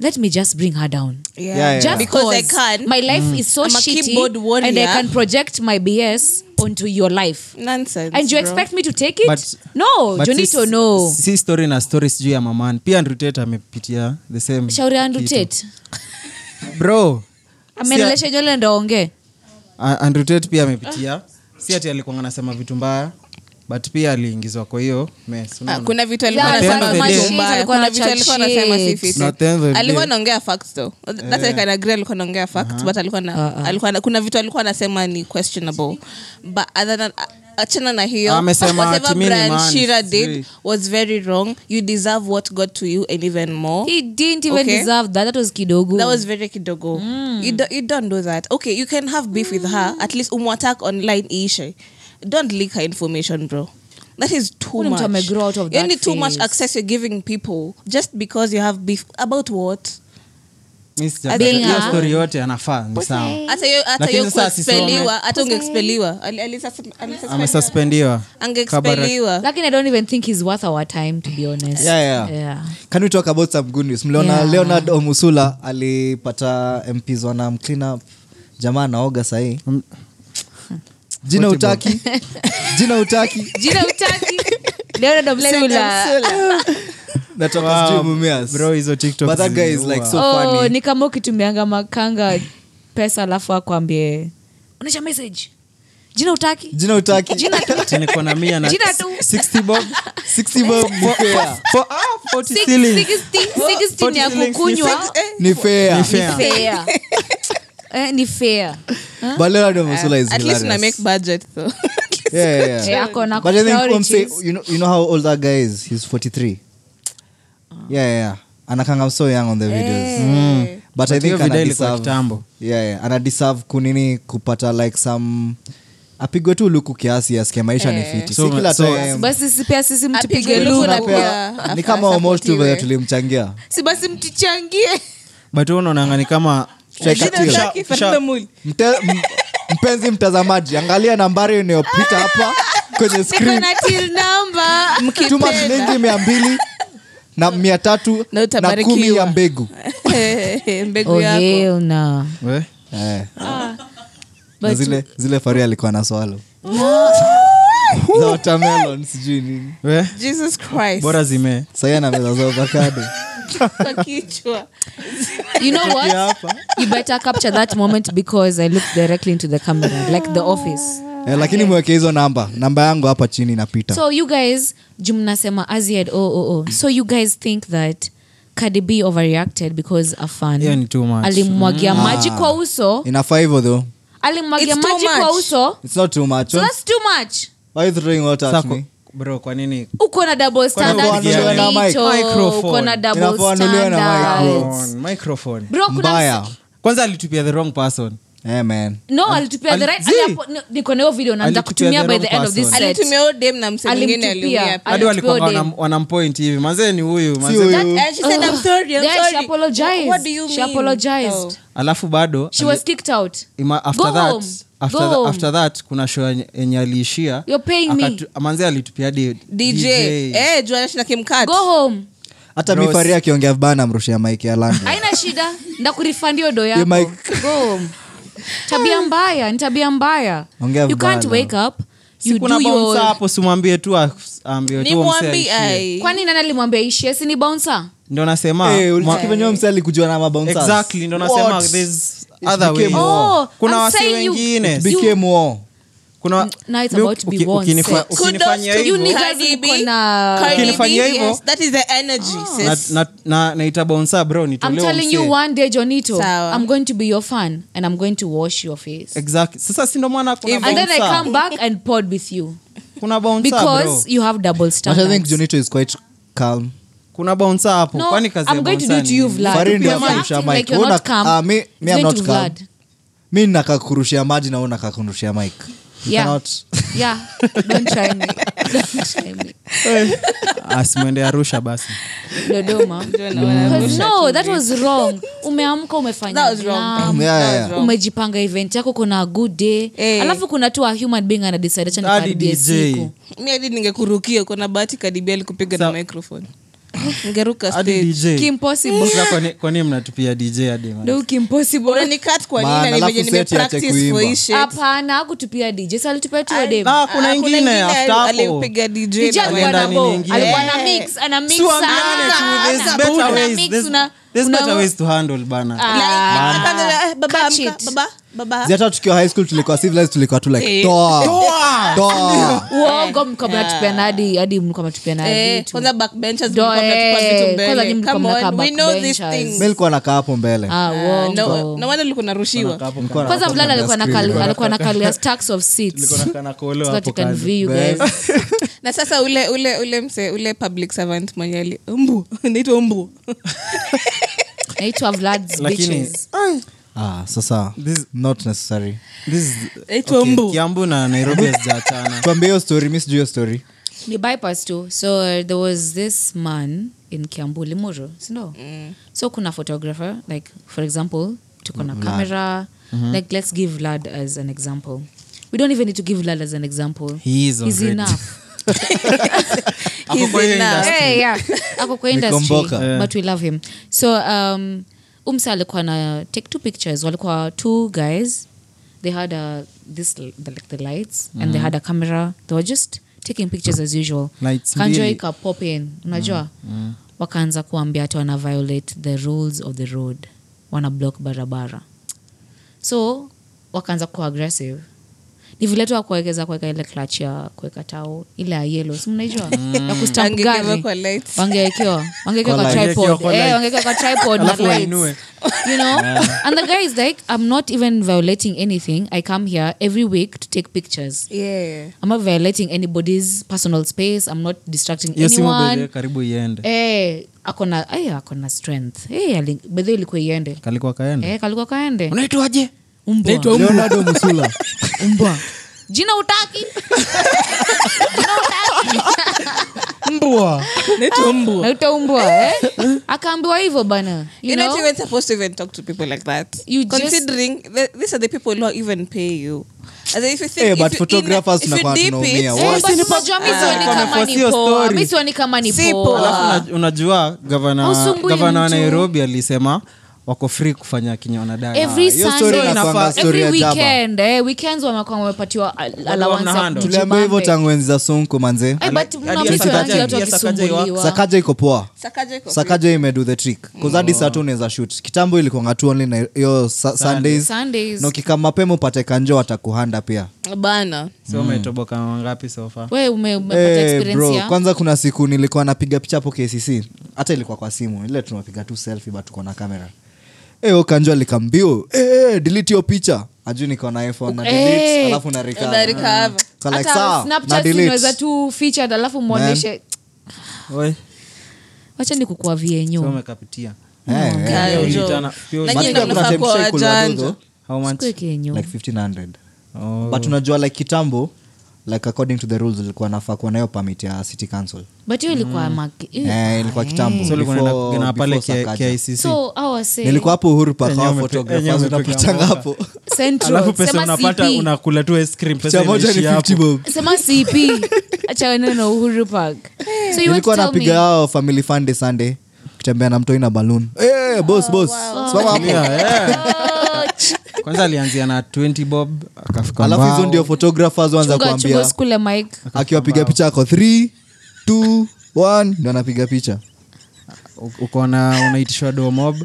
Speaker 3: let me just bring her down
Speaker 5: yeah.
Speaker 2: Yeah, yeah.
Speaker 3: just
Speaker 5: because I
Speaker 3: cause
Speaker 5: can.
Speaker 3: my life is so
Speaker 5: I'm a
Speaker 3: shitty
Speaker 5: keyboard warrior.
Speaker 3: and i can project my bs onto your life
Speaker 5: Nonsense.
Speaker 3: and you
Speaker 5: bro.
Speaker 3: expect me to take it
Speaker 4: But-
Speaker 3: no
Speaker 4: But
Speaker 3: jonito
Speaker 4: si-
Speaker 3: no
Speaker 4: si story na story sijuu ya maman pia Andrew Tate amepitia the same
Speaker 3: shauri Andrew
Speaker 4: kitu.
Speaker 3: Tate
Speaker 4: bro
Speaker 3: amenelesha jole ndo aongee
Speaker 4: A- Andrew Tate pia amepitia si ati alikuwa anasema vitu mbaya but pia aliingizwa kwa hiyo mess
Speaker 5: Ah,
Speaker 4: unaona?
Speaker 5: kuna vitu
Speaker 3: Yeah,
Speaker 5: alikuwa
Speaker 4: at the
Speaker 5: anasema
Speaker 4: end of the
Speaker 5: vitu
Speaker 4: day-
Speaker 5: mbaya.
Speaker 3: alikuwa
Speaker 5: Kuna
Speaker 3: anachat
Speaker 5: vitu alikuwa anasema si
Speaker 3: shit.
Speaker 5: fiti.
Speaker 4: At the end of the
Speaker 5: alikuwa
Speaker 4: day-
Speaker 5: anaongea facts though
Speaker 4: Eh.
Speaker 5: that I can agree alikuwa anaongea
Speaker 4: Uh-huh.
Speaker 5: facts but alikuwa
Speaker 4: Uh-uh.
Speaker 5: na alikuwa na- kuna vitu alikuwa anasema ni questionable but other than achana na hiyo
Speaker 4: Amesema
Speaker 5: whatever
Speaker 4: ati mimi ni
Speaker 5: Brian
Speaker 4: man,
Speaker 5: Shira did
Speaker 4: sijui.
Speaker 5: was very wrong you deserve what got to you and even more
Speaker 3: he didn't even
Speaker 5: Okay.
Speaker 3: deserve that that was kidogo
Speaker 5: that was very kidogo
Speaker 3: Mm.
Speaker 5: you, do, you don't do that okay you can have beef with her at least umwattack online iishe don't leak her information bro that is too
Speaker 3: Ule mtu
Speaker 5: much
Speaker 3: amegrow out of that
Speaker 5: Yaani too much
Speaker 3: phase.
Speaker 5: access you're giving people just because you have beef about what
Speaker 4: Mimi sija-
Speaker 5: Being
Speaker 4: hiyo
Speaker 5: a-
Speaker 4: story yote anafaa ni sawa
Speaker 5: hata yo- hata
Speaker 4: Lakini
Speaker 5: yo
Speaker 4: sasa asisome.
Speaker 5: kuexpeliwa hata ungeexpeliwa Ali- ali- sasa- ali- sasa-
Speaker 4: amesuspendiwa Kabara-
Speaker 5: angeexpeliwa
Speaker 3: lakini i don't even think he's worth our time to be honest
Speaker 2: Yeah, yeah.
Speaker 3: yeah.
Speaker 2: can we talk about some good news mliona
Speaker 3: Yeah.
Speaker 2: leonard omusula alipata mps wana mclean up jamaa anaoga sahii
Speaker 4: Mm.
Speaker 2: jina utaki jina utaki
Speaker 3: jina utaki Leonard Omsula.
Speaker 2: [LAUGHS] natoka sijui Mumias.
Speaker 4: bro hizo
Speaker 2: But that guy is like so
Speaker 3: oh,
Speaker 2: funny.
Speaker 3: ni kama ukitumianga makanga pesa alafu akwambie onesha message jina utaki
Speaker 2: jina utaki
Speaker 3: jina tu
Speaker 4: nilikuwa na mia na
Speaker 3: Jina tu.
Speaker 4: 60 bob
Speaker 2: 60 bob ni [LAUGHS] fair.
Speaker 4: For- ah, 40
Speaker 3: Six- 60
Speaker 4: shillings.
Speaker 3: 60 ni ya
Speaker 4: shillings,
Speaker 3: kukunywa
Speaker 2: ni fair
Speaker 4: Ni fair.
Speaker 3: fair Eh, ni fair
Speaker 2: but leonard omusula is
Speaker 5: at least una
Speaker 2: hilarious.
Speaker 5: make budget though [LAUGHS]
Speaker 2: Yeah, yeah, yeah.
Speaker 3: Yeah, kuna
Speaker 2: But I think
Speaker 3: priorities.
Speaker 2: Omse, you know, you know how old that guy is? He's 43. Yeah, yeah, yeah. Anakanga so young on the videos. Mm. But, I
Speaker 4: But
Speaker 2: think
Speaker 4: hiyo video
Speaker 2: ana
Speaker 4: ilikuwa
Speaker 2: deserve-
Speaker 4: kitambo.
Speaker 2: Yeah, yeah. Ana deserve kunini kupata like some apigwe tu luku kiasi asikie maisha ni fiti.
Speaker 4: So-
Speaker 2: si kila
Speaker 4: so-
Speaker 2: time.
Speaker 3: basi si pia sisi mtupige
Speaker 5: Apigwe luku
Speaker 3: luku
Speaker 5: na
Speaker 2: Tunapea-
Speaker 5: pia
Speaker 2: ni kama almost tu
Speaker 5: asapotiwe.
Speaker 2: vile
Speaker 3: eh.
Speaker 2: tulimchangia.
Speaker 3: si basi mtuchangie
Speaker 4: but wewe unaonanga ni kama
Speaker 2: Strike a deal.
Speaker 5: Utaki, Fernando Muli.
Speaker 2: Mte- m- mpenzi mtazamaji, angalia nambari inayopita hapa kwenye
Speaker 3: niko
Speaker 2: screen.
Speaker 3: na till number
Speaker 2: tuma shilingi mia mbili na mia
Speaker 3: [LAUGHS]
Speaker 2: tatu
Speaker 5: Na
Speaker 2: na
Speaker 5: utabarikiwa.
Speaker 2: kumi ya mbegu
Speaker 5: [LAUGHS] mbegu
Speaker 3: oh
Speaker 5: yako
Speaker 3: hell no
Speaker 4: we
Speaker 2: Eh, na
Speaker 3: Ah. But-
Speaker 2: zile, zile faria alikuwa na swalo za watermelon sijui nini
Speaker 4: we
Speaker 5: jesus christ
Speaker 4: bora zime
Speaker 2: sahii anameza za avocado
Speaker 5: kwa kichwa
Speaker 3: you know what
Speaker 2: hapa
Speaker 3: you better capture that moment because i looked directly into the camera like the office
Speaker 2: eh, lakini mweke hizo namba namba yangu hapa chini inapita
Speaker 3: so you guys ju mnasema aziad oh, oh, oh. so you guys think that Cardi B overreacted because a fan
Speaker 4: Hiyo ni too much. Mm. Ah.
Speaker 3: alimwagia maji kwa uso
Speaker 2: inafaa hivyo though
Speaker 3: alimwagia
Speaker 5: It's too
Speaker 3: maji kwa
Speaker 5: much.
Speaker 3: uso
Speaker 2: it's not too much
Speaker 3: so that's too much
Speaker 2: why you throwing water at
Speaker 4: sako
Speaker 2: me
Speaker 4: bro kwa nini
Speaker 3: uko na double standard
Speaker 2: ununuliwe na
Speaker 3: Jonito.
Speaker 2: mic.
Speaker 3: uko
Speaker 4: Microphone.
Speaker 3: na double
Speaker 2: Inafaa ununuliwe na microphone.
Speaker 3: standards.
Speaker 4: On microphone
Speaker 3: Bro, kuna
Speaker 2: mbaya
Speaker 3: msi-
Speaker 4: kwanza alitupia the wrong person
Speaker 2: eh, man
Speaker 3: no alitupia the
Speaker 4: ali-
Speaker 3: right
Speaker 4: zi.
Speaker 3: aliapo- ni- niko na hiyo video naanza
Speaker 4: Alitupia
Speaker 3: kutumia
Speaker 4: the
Speaker 3: by the
Speaker 4: wrong
Speaker 3: end of this
Speaker 4: person.
Speaker 3: set
Speaker 5: alitumia huyo dem na mse mwingine
Speaker 3: Alimtupia.
Speaker 5: aliumia pia.
Speaker 4: hadi
Speaker 3: Alitupiwa
Speaker 4: walikuwa
Speaker 3: dem.
Speaker 4: wanam- wanampoint hivi manzee ni huyu
Speaker 2: si
Speaker 4: manzee
Speaker 2: huyu
Speaker 5: And she said, "I'm sorry,
Speaker 3: Yeah,
Speaker 5: I'm
Speaker 3: Oh. she
Speaker 5: sorry."
Speaker 3: apologized.
Speaker 5: What do you
Speaker 3: She
Speaker 5: mean?
Speaker 3: apologized.
Speaker 5: Oh.
Speaker 4: alafu bado
Speaker 3: she was kicked out
Speaker 4: ima, after
Speaker 3: Go
Speaker 4: that,
Speaker 3: home.
Speaker 4: After,
Speaker 3: Go
Speaker 4: tha-
Speaker 3: home.
Speaker 4: after that kuna show yenye- yenye aliishia
Speaker 3: You're paying me.
Speaker 4: akatu- manze alitupia hadi
Speaker 5: DJ. Eh, juu anashinda kimkat.
Speaker 3: go home
Speaker 2: hata mi
Speaker 4: Bros.
Speaker 2: faria
Speaker 3: [LAUGHS]
Speaker 2: akiongea vibaya namrushia maiki ya landi
Speaker 3: haina shida ndakurifandi odo yako
Speaker 2: Your mic.
Speaker 3: go home tabia mbaya ni tabia mbaya
Speaker 2: Ongea
Speaker 3: you can't
Speaker 2: vibaya.
Speaker 3: wake up you
Speaker 4: sikuna
Speaker 3: do
Speaker 4: bouncer
Speaker 3: your
Speaker 4: hapo simwambie tu as- aambiwe tu huo msee
Speaker 5: nimwambi
Speaker 4: aishie.
Speaker 5: ai.
Speaker 3: kwani nani alimwambia ishie si ni bouncer
Speaker 4: ndo nasema
Speaker 2: Eh,
Speaker 4: mwa-
Speaker 2: msalikujua na mabounces.
Speaker 4: exactly ndo nasema
Speaker 2: What?
Speaker 4: there's
Speaker 2: It
Speaker 4: other
Speaker 2: became
Speaker 4: ways.
Speaker 3: war. Oh,
Speaker 4: kuna
Speaker 3: I'm
Speaker 4: wase
Speaker 3: saying you- Mm,
Speaker 4: wengine
Speaker 2: It became war.
Speaker 4: kuna
Speaker 3: Now it's
Speaker 4: Ah, Look,
Speaker 3: about to be
Speaker 4: uki-
Speaker 3: war
Speaker 4: ukinifa-
Speaker 3: sex.
Speaker 5: Kudos
Speaker 4: ukinifanyia
Speaker 5: to
Speaker 3: you,
Speaker 4: hivyo-
Speaker 3: niggas
Speaker 5: Cardi
Speaker 3: mko
Speaker 5: B.
Speaker 3: na- Ah.
Speaker 5: Cardi B,
Speaker 4: Ukinifanyia hivyo-
Speaker 5: yes, that is the energy, sis.
Speaker 4: na- na- na- naita bonsa bro
Speaker 3: i'm
Speaker 4: nitolewe
Speaker 3: telling you
Speaker 4: msee.
Speaker 3: one day jonito
Speaker 5: Sawa.
Speaker 3: i'm going to be your fan and i'm going to wash your face
Speaker 4: Exactly. sasa sindo mwana kuna
Speaker 3: and then i
Speaker 4: bouncer.
Speaker 3: come back and pod with you
Speaker 4: kuna bouncer, bro.
Speaker 3: because you have double
Speaker 2: But I think
Speaker 3: standards
Speaker 2: Junito is quite calm.
Speaker 4: kuna bouncer hapo
Speaker 3: No,
Speaker 4: kwani kazi ya
Speaker 3: I'm going to do
Speaker 4: bouncer
Speaker 3: it
Speaker 4: ni
Speaker 3: to you,
Speaker 4: nini?
Speaker 3: Vlad.
Speaker 2: Farid
Speaker 3: You're
Speaker 2: ndio akurusha
Speaker 3: acting like
Speaker 2: mic.
Speaker 3: you're
Speaker 2: Wewe
Speaker 3: not
Speaker 2: una-
Speaker 3: calm.
Speaker 2: ah, me-
Speaker 3: It's
Speaker 2: me I'm
Speaker 3: going
Speaker 2: not
Speaker 3: to
Speaker 2: calm.
Speaker 3: Vlad.
Speaker 2: mi nakakurushia maji na wewe unakakurushia mic. You
Speaker 3: Yeah.
Speaker 2: cannot-
Speaker 4: [LAUGHS]
Speaker 3: yeah don't try me don't try me
Speaker 4: asimwende Ah, arusha basi
Speaker 5: [LAUGHS]
Speaker 3: dodoma Because no that was wrong umeamka umefanya
Speaker 5: That was wrong.
Speaker 3: glam,
Speaker 2: Yeah, yeah, yeah.
Speaker 3: umejipanga event yako kuna a good day
Speaker 5: Eh.
Speaker 3: alafu kuna tu a human being anadecide acha
Speaker 4: Hadi
Speaker 3: nikaribie
Speaker 4: DJ.
Speaker 3: siku
Speaker 5: mi hadi ningekurukia kona bahati kadibia likupiga na
Speaker 4: Sa-
Speaker 5: microphone ngeruka
Speaker 4: hadi
Speaker 5: stage.
Speaker 4: dj
Speaker 3: Kimpossible.
Speaker 4: Sasa kwa ni- kwa nini mnatupia dj hadi man?
Speaker 3: Do kimpossible.
Speaker 5: Unanicut kwa nini
Speaker 2: Maana,
Speaker 5: na
Speaker 2: alafu
Speaker 5: nimeje nime
Speaker 2: seti ache
Speaker 5: practice for
Speaker 2: kuimba.
Speaker 5: hii Yaani shit.
Speaker 3: hapana akutupia dj salitupia tu wadem
Speaker 4: Ah,
Speaker 5: Ah,
Speaker 4: kuna Ah, ingine
Speaker 5: ingine
Speaker 4: after hapo
Speaker 5: alipiga DJ
Speaker 3: DJ
Speaker 5: na
Speaker 3: alikuwa
Speaker 4: alienda
Speaker 3: na
Speaker 4: nini
Speaker 3: bow.
Speaker 4: ingine?
Speaker 3: Alikuwa na
Speaker 5: Eh.
Speaker 3: mix, ana mix
Speaker 4: Tuambiane
Speaker 3: sana.
Speaker 4: tu, there's
Speaker 3: Ana
Speaker 4: better
Speaker 3: una
Speaker 4: ways,
Speaker 3: mix,
Speaker 4: there's-
Speaker 3: una-
Speaker 4: there's
Speaker 3: una-
Speaker 4: better ways to handle bana.
Speaker 3: Ah.
Speaker 5: Like, hata- eh, baba,
Speaker 3: Catch
Speaker 5: amka,
Speaker 3: it.
Speaker 5: baba, baba.
Speaker 2: Zi hata tukiwa high school tulikuwa civilized tulikuwa tu like
Speaker 5: Eh.
Speaker 3: [LAUGHS]
Speaker 2: toa toa
Speaker 3: uongo mlikuwa mnatupiana hadi hadi mlikuwa mnatupiana
Speaker 5: Ah. Eh,
Speaker 3: hadi
Speaker 5: kwanza backbenchers
Speaker 3: Ndio,
Speaker 5: mlikuwa mnatupa
Speaker 3: eh,
Speaker 5: vitu
Speaker 3: kwanza ni
Speaker 5: mbele.
Speaker 3: mlikuwa
Speaker 5: Come
Speaker 3: mnakaa
Speaker 5: on, we know these
Speaker 3: backbenchers.
Speaker 5: things.
Speaker 2: mi likuwa nakaa hapo mbele
Speaker 3: ah
Speaker 5: Ah, no-
Speaker 3: uongo
Speaker 5: no wonder ulikuwa narushiwa [LAUGHS]
Speaker 4: Nilikuwa
Speaker 2: Nilikuwa
Speaker 3: kwanza
Speaker 2: nakaa
Speaker 3: mlala alikuwa
Speaker 2: mbele
Speaker 3: nakali-
Speaker 2: screen.
Speaker 3: alikuwa nakalia stacks of seats
Speaker 4: nakaa na kolo
Speaker 3: So that
Speaker 4: hapo
Speaker 3: you can
Speaker 4: kando.
Speaker 3: view you guys.
Speaker 5: na sasa ule ule ule mse ule public servant mwenye ali [LAUGHS] mbu naitwa mbu
Speaker 3: naitwa Vlad's
Speaker 4: Lakini-
Speaker 3: bitches.
Speaker 2: Ah, sasa
Speaker 4: This-
Speaker 2: not necessary
Speaker 4: This is-
Speaker 5: naitwa
Speaker 4: okay,
Speaker 5: mbu
Speaker 4: kiambu na nairobi
Speaker 5: [LAUGHS]
Speaker 4: hazijaachana
Speaker 2: [LAUGHS] tuambie hiyo story mi sijui hiyo story
Speaker 3: ni bypass tu so uh, there was this man in kiambu limuru sindo mm. so kuna photographer like for example tuko na camera
Speaker 4: Mm-hmm.
Speaker 3: like let's give vlad as an example we don't even need to give vlad as an example
Speaker 4: He
Speaker 3: He's
Speaker 4: is already.
Speaker 3: enough
Speaker 4: [LAUGHS] Ako kwa hiyo
Speaker 5: enough.
Speaker 4: industry.
Speaker 3: Eh, yeah. ako kwa industry
Speaker 2: Nikomboka.
Speaker 3: but we love him so um, umsa alikuwa na take two pictures walikuwa two guys they had uh, this the, like the lights and
Speaker 4: Mm-hmm.
Speaker 3: they had a camera they were just taking pictures as usual
Speaker 4: Lights
Speaker 3: kanjoi
Speaker 4: mbili.
Speaker 3: kapop in unajua wakaanza kuambia hata wana violate the rules of the road wana block barabara so wakaanza kuwa aggressive ni vile tu wakuwekeza kuweka ile klach ya kuweka tao ile ya yelo simnaijua ya kustamp
Speaker 5: Wangewekewa
Speaker 3: gari.
Speaker 5: kwa lights.
Speaker 3: wangewekewa wangewekewa kwa
Speaker 4: lights. Wangewekewa
Speaker 3: tripod
Speaker 4: Mm. kwa
Speaker 3: Eh,
Speaker 4: lights.
Speaker 3: wangewekewa kwa tripod na
Speaker 4: Alafu
Speaker 3: lights
Speaker 4: wainue.
Speaker 3: you know and the guy is like i'm not even violating anything i come here every week to take pictures
Speaker 5: yeah
Speaker 3: i'm not violating anybody's personal space i'm not distracting
Speaker 4: hiyo simu
Speaker 3: anyone
Speaker 4: bedhe karibu iende
Speaker 3: eh akona eh akona strength eh ali- bedhe ilikuwa iende
Speaker 4: kalikuwa kaenda
Speaker 3: eh kalikuwa kaende
Speaker 4: unaitwaje
Speaker 3: umbwa [LAUGHS]
Speaker 2: leonardo musula
Speaker 3: umbwa jina utaki
Speaker 4: mbwa
Speaker 5: naitwa mbu
Speaker 3: naita umbwa eh? akaambiwa hivyo bana you
Speaker 5: You're not
Speaker 3: know?
Speaker 5: even supposed to even talk to people like that.
Speaker 3: You just-
Speaker 5: considering th- these are the people who even pay you. As if you think,
Speaker 2: Eh,
Speaker 5: if
Speaker 2: but
Speaker 5: you
Speaker 2: photographers
Speaker 5: in, if you
Speaker 2: tunakuwa
Speaker 5: deep
Speaker 2: tunaumia.
Speaker 5: it,
Speaker 2: What?
Speaker 3: Eh, but unajua mi sioni
Speaker 4: Ah.
Speaker 3: kama ni
Speaker 4: Wamefosio
Speaker 3: poa.
Speaker 4: story.
Speaker 3: Mi sioni kama ni
Speaker 5: Si
Speaker 3: poa.
Speaker 5: poa.
Speaker 4: alafu una- unajua gavana
Speaker 3: Hausumbui
Speaker 4: gavana wa
Speaker 3: Ah. mtu.
Speaker 4: nairobi alisema wako free kufanya kenye wanadai
Speaker 3: Every
Speaker 2: hiyo story
Speaker 3: Sunday,
Speaker 2: inakuanga
Speaker 3: every
Speaker 2: story ya jaba.
Speaker 3: weekend, eh, weekends wamekuwa wamepatiwa al- allowance ya
Speaker 4: wanahandle.
Speaker 2: tuliambia hivyo
Speaker 3: kujibambe.
Speaker 2: tangu enzi za sonko manze
Speaker 3: Eh, but
Speaker 4: Hadi
Speaker 3: mna vitu
Speaker 4: Sakaja-
Speaker 3: wanaanza watu
Speaker 4: hadi Sakaja iwa-
Speaker 3: wakisumbuliwa.
Speaker 2: sakaja iko poa
Speaker 5: Sakaja iko
Speaker 2: sakaja imedu the trick
Speaker 3: Mm.
Speaker 2: kuzadi saa tu unaweza shut kitambo ilikuanga tu only na hiyo sa- sundays
Speaker 3: Sundays.
Speaker 2: na ukikaa mapema upate kanjo watakuhanda pia
Speaker 5: free. Bana.
Speaker 4: so umetoboka wangapi sofa
Speaker 3: We, ume- umepata
Speaker 2: hey,
Speaker 3: experience
Speaker 2: Eh, bro
Speaker 3: ya?
Speaker 2: kwanza kuna siku nilikuwa napiga picha hapo kcc hata ilikuwa kwa simu ile tunapiga tu selfie but tuko na Eh, kamera Eyo kanjo alikambio hey, "Eh, delete hiyo picha ajuu niko na iphone na delete
Speaker 3: Eh.
Speaker 2: alafu na recover. Mm.
Speaker 5: Na recover.
Speaker 2: So like,
Speaker 3: Hata
Speaker 2: sawa,
Speaker 3: Snapchat
Speaker 2: na delete.
Speaker 3: unaweza tu featured alafu mwonyeshe
Speaker 4: We,
Speaker 3: wacha ni kukua
Speaker 4: so
Speaker 3: vienyu
Speaker 4: umekapitia
Speaker 2: Eh, eh.
Speaker 5: Kayo.
Speaker 4: Ulitana- pure
Speaker 5: Na
Speaker 2: But
Speaker 5: nyinyi
Speaker 2: pia
Speaker 5: ndio
Speaker 2: kuna
Speaker 5: mnafaa
Speaker 2: time
Speaker 5: kuwa
Speaker 2: shai kuliwa
Speaker 5: wajanja.
Speaker 2: dodo,
Speaker 4: how much
Speaker 3: kenyu
Speaker 2: like 1500
Speaker 4: Oh.
Speaker 2: but unajua like kitambo like according to the rules ilikuwa nafaa kuwa nayo permit ya city council
Speaker 3: but hiyo ilikuwa maki-
Speaker 2: eh ilikuwa kitambo
Speaker 4: So ulikuwa unaenda
Speaker 2: Mm. before-
Speaker 4: kupigana pale
Speaker 2: before
Speaker 4: K-
Speaker 2: Sakaja.
Speaker 4: KICC.
Speaker 3: so awase
Speaker 2: nilikuwa hapo uhuru park
Speaker 4: Enyewe
Speaker 2: hawa
Speaker 4: umepi-
Speaker 2: photographers
Speaker 4: enyewe umepiga
Speaker 2: unapitanga
Speaker 4: mboka.
Speaker 2: hapo [LAUGHS]
Speaker 3: Central,
Speaker 4: alafu pesa
Speaker 3: sema
Speaker 4: unapata
Speaker 3: CP.
Speaker 4: unakula tu ice cream pesa
Speaker 2: picha moja ni
Speaker 4: inaishia hapo.
Speaker 2: 50 bob
Speaker 3: sema
Speaker 2: [LAUGHS]
Speaker 3: cp acha neno uhuru park so you want to
Speaker 2: nilikuwa
Speaker 3: tell
Speaker 2: napiga
Speaker 3: me
Speaker 2: hao family funday sunday kitembea na mtoi na balloon Eh, boss boss simama hapo [LAUGHS]
Speaker 4: Yeah, yeah.
Speaker 3: Oh, ch-
Speaker 4: kwanza alianzia na 20 bob akafika
Speaker 2: alafu
Speaker 4: mbao.
Speaker 2: hizo ndio photographers wanza
Speaker 3: Chunga- chunga
Speaker 2: kuambia
Speaker 3: usikule mic.
Speaker 2: akiwapiga picha ako 3 2 1 ndio anapiga picha
Speaker 4: U- uko na unaitishwa domob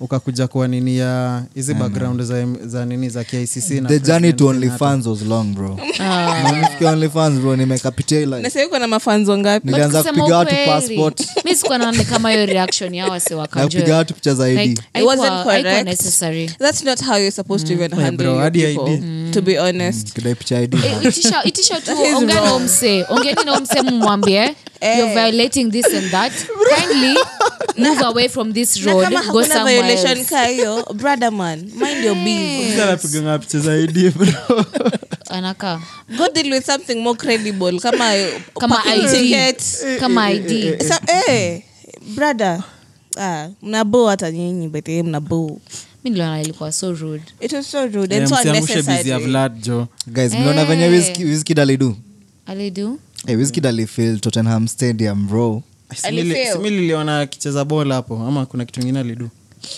Speaker 4: ukakuja kuwa nini ya hizi background za, za nini za kicc na
Speaker 2: Mm. the journey to
Speaker 4: president na-
Speaker 2: onlyfans was long bro
Speaker 3: Ah.
Speaker 2: nimefikia onlyfans bro nimekapitia hii life.
Speaker 5: nasahii kuna mafanzo ngapi
Speaker 3: But
Speaker 2: nilianza
Speaker 3: kusema
Speaker 2: kupiga watu
Speaker 3: ukweli,
Speaker 2: passport
Speaker 3: [LAUGHS] mi sikuwa naona kama hiyo reaction ya wase wa
Speaker 2: na
Speaker 3: Kanjo.
Speaker 2: kupiga watu picha zaidi
Speaker 3: Like,
Speaker 5: It wasn't
Speaker 3: haikuwa-
Speaker 5: correct.
Speaker 3: haikuwa necessary.
Speaker 5: that's not how you're supposed to even handle
Speaker 4: Mm. bro,
Speaker 5: your
Speaker 4: hadi
Speaker 5: people,
Speaker 4: ID.
Speaker 5: to be honest
Speaker 2: kidai picha ID.
Speaker 3: Eh, itisha- itisha tu
Speaker 5: is
Speaker 3: ongea na
Speaker 5: wrong.
Speaker 3: umse ongeni na umse mumwambie
Speaker 5: Eh.
Speaker 3: you're violating this and that kindly move away from this
Speaker 5: na
Speaker 3: road
Speaker 5: kama
Speaker 3: go
Speaker 5: hakuna
Speaker 3: somewhere
Speaker 5: violation
Speaker 3: else. Mm.
Speaker 5: ka hiyo brother man mind your business
Speaker 4: Sasa anapiganga picha zaidi bro
Speaker 3: anakaa
Speaker 5: go deal with something more credible kama
Speaker 3: Kama
Speaker 5: parking
Speaker 3: ID.
Speaker 5: ticket.
Speaker 3: kama
Speaker 2: eh,
Speaker 3: id
Speaker 5: Sa- eh, brother ah, mnaboo hata nyinyi bethe mnaboo
Speaker 3: mi niliona ilikuwa so rude
Speaker 5: it was so
Speaker 4: Eh,
Speaker 5: rude and so
Speaker 4: msiangushe bizi ya
Speaker 5: unnecessary
Speaker 4: vlad jo
Speaker 2: guys mliona
Speaker 3: eh.
Speaker 2: venye Wizki- Wizkid alidu
Speaker 3: alidu
Speaker 2: hey, Wizkid alifil tottenham stadium bro
Speaker 5: Alifail.
Speaker 4: simi liliona akicheza bola hapo ama kuna kitu ingine alidu
Speaker 2: hey,